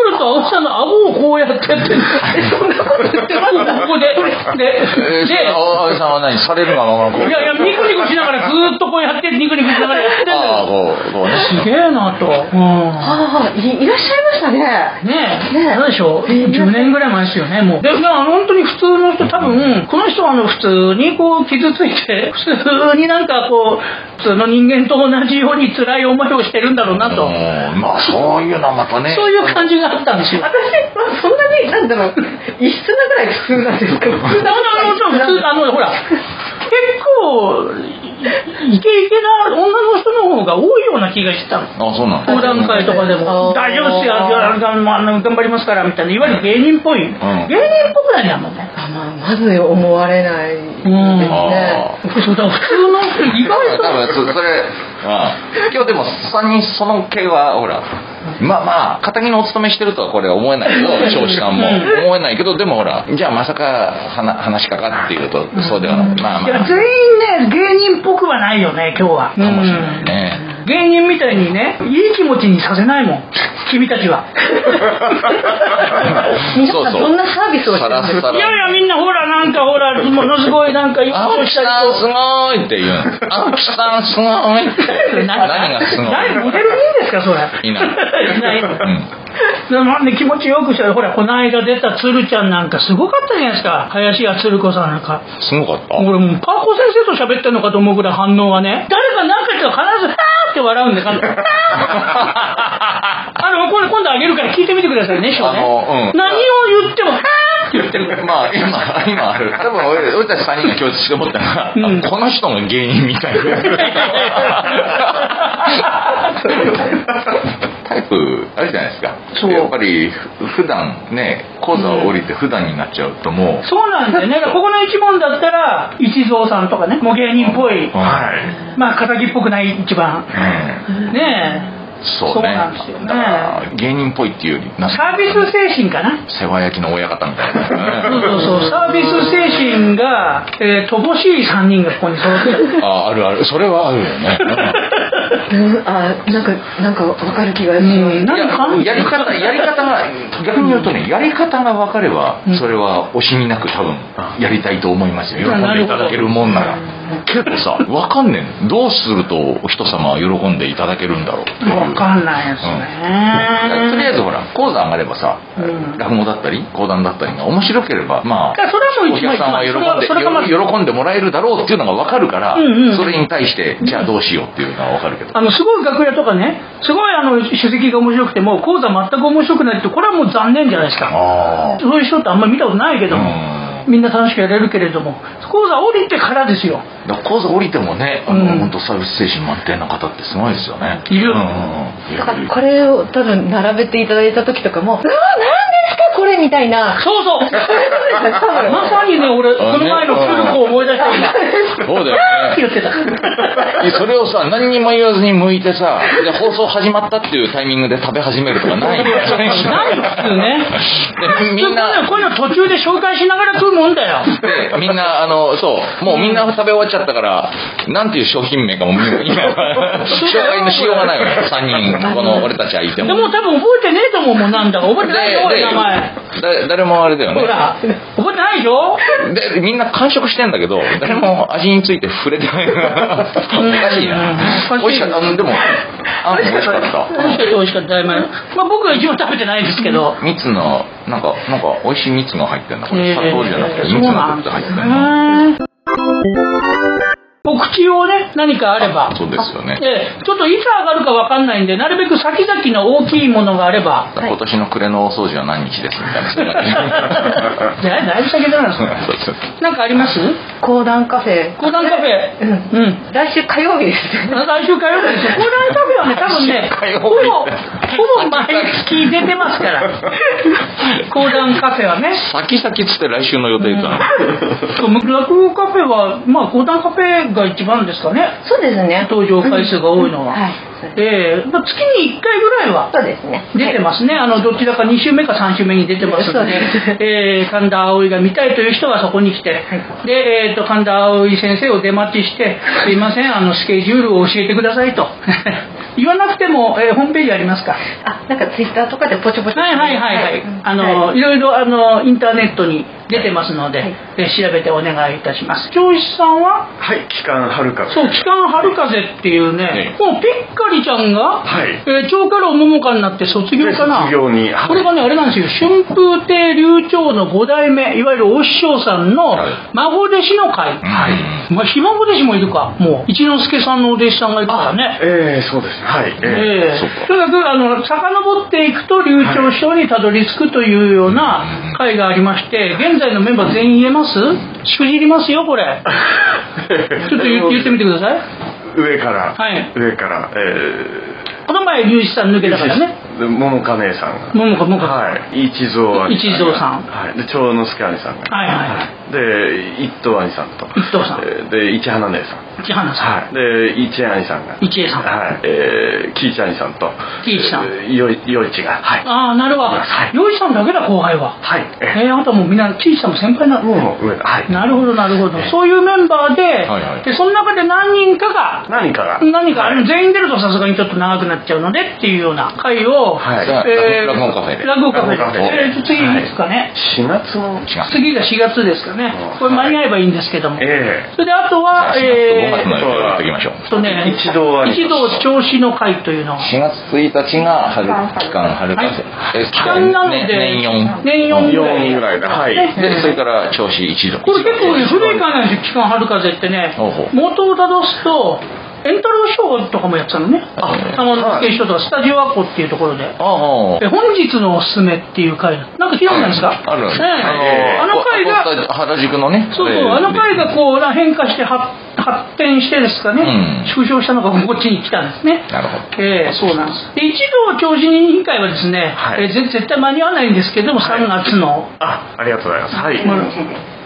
Speaker 6: 来ると葵さんの顎をこうやって やってるそんなこと言ってましたここで
Speaker 3: え
Speaker 6: で
Speaker 3: ー、
Speaker 6: で
Speaker 3: それ青井さんは何されるがままこう
Speaker 6: いやいやニコニコしながらずーっとこうやってニコニコしながらやってん
Speaker 3: ああ
Speaker 6: だよ
Speaker 3: こうこう
Speaker 6: すげ
Speaker 3: ね
Speaker 6: えなと、うん
Speaker 4: ああいいらっしゃいましたね
Speaker 6: ねえ、
Speaker 4: ねえ
Speaker 6: なんでしょう、
Speaker 4: えー
Speaker 6: 10年ぐらい前ですよね、もう。で、だから本当に普通の人、多分、この人はあの普通にこう傷ついて、 普通になんかこう、普通の人間と同じように辛い思いをしてるんだろうなと、
Speaker 3: うんまあそういうのはまたね
Speaker 6: そういう感じがあったんですよ。
Speaker 4: 私はそんなになんだろう異質なぐらい普通なんですけど普
Speaker 6: だからもちろ ん普通、あの、ほら、結構、イケイケな女の人の方が多いような気がしてたの
Speaker 3: あそうなの
Speaker 6: 講談会とかでも
Speaker 4: あー
Speaker 6: 「大丈夫っすよあの頑張りますから」みたいないわゆる芸人っぽい、芸人っぽくないんだもんね
Speaker 4: あまあまず思われないです
Speaker 6: うん
Speaker 4: ね
Speaker 3: あ
Speaker 6: そうだ普通の意外
Speaker 3: 多
Speaker 6: と
Speaker 3: 分そそれ、うん、今日でも3人その系はほらまあまあ片木のお勤めしてるとはこれは思えないけど彰子さんも思えないけどでもほらじゃあまさかはな話しかかっていうとそうではなくまあ
Speaker 6: い
Speaker 3: ま
Speaker 6: や
Speaker 3: あ
Speaker 6: 全員ね芸人っぽくはないよね今日は
Speaker 3: かもしれないね、
Speaker 6: 芸人みたいにねいい気持ちにさせないもん君たち は
Speaker 4: 皆さんそんなサービスをして
Speaker 3: さ
Speaker 4: るんで
Speaker 3: ら
Speaker 4: す
Speaker 3: さ
Speaker 4: す
Speaker 3: ら
Speaker 6: いやいやみんなほらなんかほらものすごいなんかいい
Speaker 3: 青木
Speaker 6: したり
Speaker 3: さんすごいって言うの青木さんすごいって 何がすご
Speaker 6: 何モ
Speaker 3: い
Speaker 6: デルいいんですかそれ
Speaker 3: いない
Speaker 6: いない
Speaker 3: うん
Speaker 6: なんで気持ちよくしたらほらこの間出た鶴ちゃんなんかすごかったじゃないですか林家つる子さんなんか
Speaker 3: すごかった
Speaker 6: 俺もうパーコ先生と喋ってんのかと思うぐらい反応がね誰か何か言ったら必ず「あー」って笑うんで 彼女あの今度今度あげるから聞いてみてくださいね師匠ね
Speaker 3: あのうん
Speaker 6: 何を言っても「あー」って言ってる
Speaker 3: まあ今今ある多分俺俺たち3人が共通して思ったのは、
Speaker 6: うん
Speaker 3: この人も芸人みたいなタイプあるじゃないですか
Speaker 6: そう
Speaker 3: やっぱりふ普段ね講座を降りて普段になっちゃうともう、
Speaker 6: そうなんだよねここの一問だったら一蔵さんとかねもう芸人っぽい、
Speaker 3: はい、
Speaker 6: まあ敵っぽくない一番
Speaker 3: うん、
Speaker 6: ねえ
Speaker 3: そ
Speaker 6: そう
Speaker 3: うね
Speaker 6: なんですよね
Speaker 3: だから芸人っぽいっていうよりなんか
Speaker 6: サービス精神かな
Speaker 3: 世話焼きの親方みたい
Speaker 6: そう
Speaker 3: な、
Speaker 6: そうそうサービス精神が、えー、乏しい3人がここに揃ってる
Speaker 3: ああるあるそれはあるよね、
Speaker 4: うんあなんかなんかわかる気がします、
Speaker 6: うん
Speaker 3: いや
Speaker 6: 何か
Speaker 3: やり方やり方が逆に言うとねやり方が分かれば
Speaker 6: うん
Speaker 3: それは惜しみなく多分やりたいと思いますよ喜んでいただけるもんならけどさ分かんねえのどうするとお人様は喜んでいただけるんだろうってい
Speaker 6: 分
Speaker 3: う
Speaker 6: かんないですね、
Speaker 3: とりあえずほら講座上がればさ、
Speaker 6: うん
Speaker 3: 落語だったり講談だったりが面白ければまあ
Speaker 6: だからそれはもう
Speaker 3: お
Speaker 6: 一番一
Speaker 3: 客さんは
Speaker 6: 番
Speaker 3: 喜
Speaker 6: それはそれがま
Speaker 3: ん
Speaker 6: ず
Speaker 3: でよ喜んでもらえるだろうっていうのが分かるから、
Speaker 6: うんうん
Speaker 3: それに対してじゃあどうしようっていうのは分かるけど、
Speaker 6: あのすごい楽屋とかねすごいあの主席が面白くても講座全く面白くないってこれはもう残念じゃないですか
Speaker 3: ああ
Speaker 6: そういう人ってあんまり見たことないけども、
Speaker 3: う
Speaker 6: みんな楽しくやれるけれども講座降りてからですよ
Speaker 3: だから講座降りてもねあ
Speaker 6: う
Speaker 3: の、
Speaker 6: ん
Speaker 3: 本当サービス精神満点な方ってすごいですよね
Speaker 6: いる
Speaker 3: うんうんうん
Speaker 4: だからこれを多分並べていただいた時とかも「うわ何ですかこれ」みたいな
Speaker 6: そう そうまさにね俺この前の鶴子を思い出した今
Speaker 3: そうだよ
Speaker 6: って言っ
Speaker 3: ね
Speaker 6: てた
Speaker 3: でそれをさ何にも言わずに向いてさで放送始まったっていうタイミングで食べ始めるとかないんだよね
Speaker 6: ないよ普通ね
Speaker 3: でみんな
Speaker 6: こういうの途中で紹介しながら食うもんだよ
Speaker 3: でみんなあのそうもうみんな食べ終わっちゃったからなんていう商品名かももう今紹介のしようがないよね3人この俺たちはいて
Speaker 6: で
Speaker 3: も
Speaker 6: も多分覚えてねえと思うもんなんだか覚えてないよ俺名前
Speaker 3: でだ誰もあれだよね
Speaker 6: ほら覚えてないでしょ
Speaker 3: でみんな完食してん だけど誰も味について触れてないおかしいな
Speaker 6: うん
Speaker 3: 美味しかったあのでもあんも美味しかった
Speaker 6: 美味しかった美味しかった今まあ僕は一応食べてないですけど
Speaker 3: 蜜のなんかなんか美味しい蜜が入ってんだこれ
Speaker 6: えー
Speaker 3: 砂糖じゃなくて
Speaker 6: そ
Speaker 3: 蜜
Speaker 6: う
Speaker 3: が
Speaker 6: な
Speaker 3: 入
Speaker 6: ん
Speaker 3: って
Speaker 6: だ
Speaker 3: 入ってんだ
Speaker 6: へえお口をね何かあれば
Speaker 3: そうですよね
Speaker 6: ええちょっといつ上がるかわかんないんでなるべく先々の大きいものがあれば
Speaker 3: 今年の暮れの大掃除は何日ですみたいな そういう感
Speaker 6: だだいぶ先だなそ れ
Speaker 3: じそうそう
Speaker 6: なんかあります
Speaker 4: 講談カフェ
Speaker 6: 講談カフェ
Speaker 4: うん
Speaker 6: うん
Speaker 4: 来週火曜日ですよね
Speaker 6: 来週火曜日ですよ。 講談カフェはね、多分ね、
Speaker 3: 来週火曜日
Speaker 6: ほぼ、ほぼ毎月出てます から。講談カフェはね。
Speaker 3: 先々っつって来週の予定だ
Speaker 6: 落語カフェは、まあ、講談カフェが一番ですかね。
Speaker 4: そうですね
Speaker 6: 登場回数が多いのは。
Speaker 4: はいそうです
Speaker 6: ええまあ、月に1回ぐらいは。
Speaker 4: そうですね
Speaker 6: 出てますね、あのどちらか2週目か3週目に出てます
Speaker 4: そ
Speaker 6: の
Speaker 4: う
Speaker 6: で
Speaker 4: です
Speaker 6: えー神田葵が見たいという人はそこに来て、で、えー、と神田葵先生を出待ち して「すいませんあのスケジュールを教えてください」と 言わなくても、えーホームページありますか
Speaker 4: あなんかツイッターとかでポチポチ
Speaker 6: はいはいはいはい、あの、、
Speaker 4: はい
Speaker 6: ろいろあのインターネットに出てますので、
Speaker 4: はい
Speaker 6: えー調べてお願いいたします教師さんは
Speaker 5: はい期間はるか
Speaker 6: そう「帰還春風」っていうね、
Speaker 3: え
Speaker 6: もうピッカリちゃんが、
Speaker 5: はい
Speaker 6: えー、長家老桃花になって卒業かな
Speaker 5: で卒業にはい
Speaker 6: これがねあれなんですよ春風亭流暢の5代目いわゆるお師匠さんの
Speaker 3: はい
Speaker 6: 孫弟子の会、
Speaker 3: はい
Speaker 6: まあ、ひ孫弟子もいるかもう一之輔さんのお弟子さんがいるからね
Speaker 5: ええそうですねはいえ
Speaker 6: え
Speaker 3: そうか
Speaker 6: えとにかくあの遡っていくと流暢師匠にたどり着くというような会がありまして現在のメンバー全員言えますしくじりますよこれちょっと言って言ってみてください
Speaker 5: え上から、
Speaker 6: はい
Speaker 5: 上から、
Speaker 6: この前、龍一さん抜け
Speaker 5: え
Speaker 6: たからね。
Speaker 5: ー、桃花姉さんが。
Speaker 6: 桃子、桃子。はい
Speaker 5: はい、一蔵兄
Speaker 6: 一蔵さん
Speaker 5: はい、で長之助兄さんが、
Speaker 6: はい。
Speaker 5: で一等兄さんと
Speaker 6: 一等さん
Speaker 5: えーで一花姉さん
Speaker 6: 市花さん。
Speaker 5: はいで一恵兄さんが
Speaker 6: 一恵さん
Speaker 5: はいえー、キイチ兄さんと
Speaker 6: キイチさん
Speaker 5: えーよいよいちがはい
Speaker 6: ああ、なるほど
Speaker 5: はい。
Speaker 6: 洋一さんだけだ、後輩は。
Speaker 5: はい
Speaker 6: え
Speaker 5: え
Speaker 6: ー、あなたもうみんな、小さな先輩な
Speaker 5: ー、もう上だはい
Speaker 6: なるほど、なるほど
Speaker 5: え。え
Speaker 6: そういうメンバーで、
Speaker 3: はいはい
Speaker 6: で、その中で何人かが、
Speaker 5: 何かが
Speaker 6: 何か、あ
Speaker 5: はい
Speaker 6: の全員出るとさすがにちょっと長くなっちゃうのでっていうような会を、
Speaker 5: はい
Speaker 3: さあ
Speaker 6: えー
Speaker 3: 落語カフェで
Speaker 6: 落語カフェで
Speaker 5: 落語カフェ
Speaker 6: え
Speaker 5: で
Speaker 6: ーと次いつかね、
Speaker 5: 4月の
Speaker 3: 違う
Speaker 6: 次が4月ですかね
Speaker 5: うん。
Speaker 6: これ間に合えばいいんですけども。
Speaker 5: え
Speaker 6: それで、あと
Speaker 3: 4
Speaker 6: は、
Speaker 3: 月5月
Speaker 6: えー、
Speaker 3: の予定をやっていきましょう
Speaker 6: とね、
Speaker 5: 一同あります
Speaker 6: 一同調子の会というのを。
Speaker 3: 4月1日が春期間春
Speaker 6: はい
Speaker 3: 風え期
Speaker 6: 半な
Speaker 3: 間
Speaker 6: ので
Speaker 3: ね、年
Speaker 6: 年4
Speaker 3: 4
Speaker 5: え
Speaker 6: ぐらい
Speaker 5: 4ぐらいだはい
Speaker 6: ね
Speaker 3: でそれから調子一度
Speaker 6: これ結構ね古い回なんですよ「機関春風」ってね
Speaker 3: ほうほう
Speaker 6: 元をたどすと円太郎賞とかもやってたのね
Speaker 3: あ
Speaker 6: 玉野助師匠とかスタジオアコっていうところで
Speaker 3: あああ
Speaker 6: え本日のおすすめっていう回なんか開いたんですか
Speaker 3: あある
Speaker 6: ねえあの回が
Speaker 3: あの原宿のね
Speaker 6: そうそうあの回がこうな変化しては発展してですかね、
Speaker 3: うん
Speaker 6: 縮小したのがこっちに来たんですね
Speaker 3: なるほど
Speaker 6: ええそうなんですで一同調子委員会はですね、
Speaker 5: はい
Speaker 6: えぜ絶対間に合わないんですけども3月の
Speaker 5: ー、あありがとうございますはい、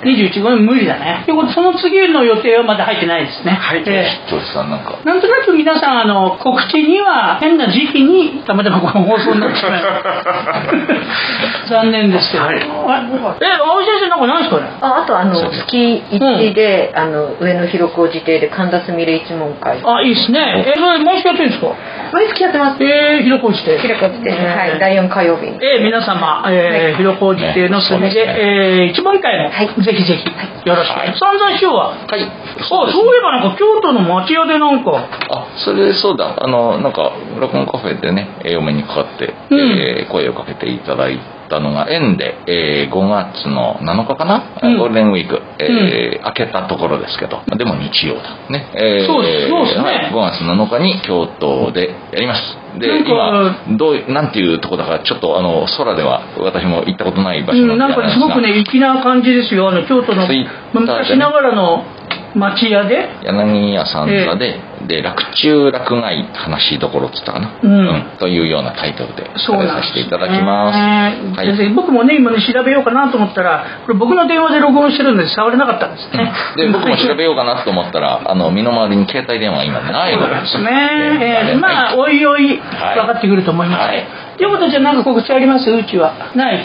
Speaker 6: 21号無理だねということでその次の予定はまだ入ってないですね
Speaker 5: はい
Speaker 6: ええ
Speaker 3: 調子さんなんか
Speaker 6: なんとなく皆さんあの告知には変な時期にたまたまこの放送になってしまいました 残念ですけど、
Speaker 5: はい
Speaker 6: あえ青井先生なんかないですかね
Speaker 4: ああとあの月1で、あの上野広小路邸で神田すみれ一門会
Speaker 6: あいいですねえそれ毎週やってるんですか
Speaker 4: 毎月やってます
Speaker 6: ええ広小路で
Speaker 4: 広小路邸、はい
Speaker 6: え
Speaker 4: 第4火曜日に
Speaker 6: え皆様、ええ広小路亭の隅で、
Speaker 3: ね
Speaker 6: ええ一問会も、
Speaker 4: はい
Speaker 6: ぜひぜひよろしく、散々しようはあ
Speaker 3: はい
Speaker 6: そういえばなんか京都の町屋でなんか
Speaker 3: あそれでそうだあのなんか落語カフェでねえーお目にかかって、
Speaker 6: うん
Speaker 3: えー声をかけていただいたのが縁で、えー5月の7日かな、
Speaker 6: うん
Speaker 3: ゴールデンウィーク、えー明けたところですけどでも日曜だね、えー
Speaker 6: そうですそうですね
Speaker 3: はい、5月7日に京都でやりますで
Speaker 6: なんか
Speaker 3: 今どうなんていうとこだからちょっとあの空では私も行ったことない場所
Speaker 6: うん、なんかねすごくね粋な感じですよあの京都の
Speaker 3: ツイッターでね
Speaker 6: 昔ながらの町屋で
Speaker 3: 柳屋さん座で、で落中落外話しどころっつったかな、
Speaker 6: うん
Speaker 3: というようなタイトルでさ
Speaker 6: そう
Speaker 3: れ
Speaker 6: なん
Speaker 3: さ
Speaker 6: です
Speaker 3: せていただきます。
Speaker 6: ね
Speaker 3: はい
Speaker 6: 先生僕もね今ね調べようかなと思ったらこれ僕の電話で録音してるんで触れなかったんですね、
Speaker 3: で僕も調べようかなと思ったらあの身の回りに携帯電話は今ないので
Speaker 6: ねええまあおいおい分
Speaker 3: はい
Speaker 6: かってくると思います、
Speaker 3: はい
Speaker 6: ということでじゃあ何か告知ありますうちはない、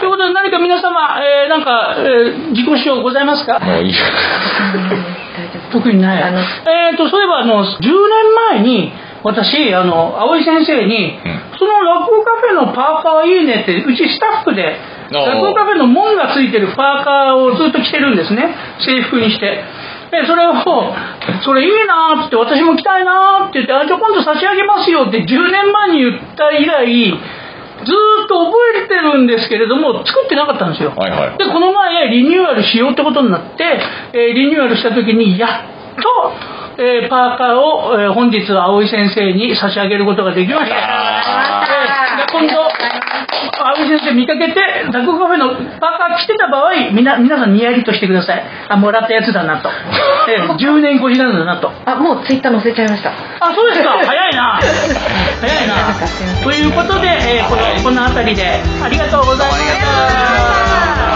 Speaker 6: ということで何か皆様、えーなんか、えー自己主張ございますか
Speaker 3: もういい よ
Speaker 6: 特にない
Speaker 4: あの
Speaker 6: えっ、とそういえばあの10年前に私あの青井先生に、
Speaker 3: ん
Speaker 6: その落語カフェのパーカーいいねってうちスタッフで
Speaker 3: おー
Speaker 6: 落語カフェの門がついてるパーカーをずっと着てるんですね制服にしてでそれを「それいいな」って私も着たいなって言って「あじゃあ今度差し上げますよ」って10年前に言った以来ずーっと覚えてるんですけれども作ってなかったんですよ、
Speaker 3: はいはい
Speaker 6: でこの前リニューアルしようってことになって、えーリニューアルした時にやっと、えーパーカーを、えー本日は葵先生に差し上げることができました、えーで今度葵先生見かけて落語カフェのパーカー着てた場合みな皆さんにやりとしてくださいあもらったやつだなと、えー10年越しなんだなと
Speaker 4: あもうツイッター載せちゃいました
Speaker 6: あそうですか早い な早いなということで、えーこのこの辺りでありがとうございました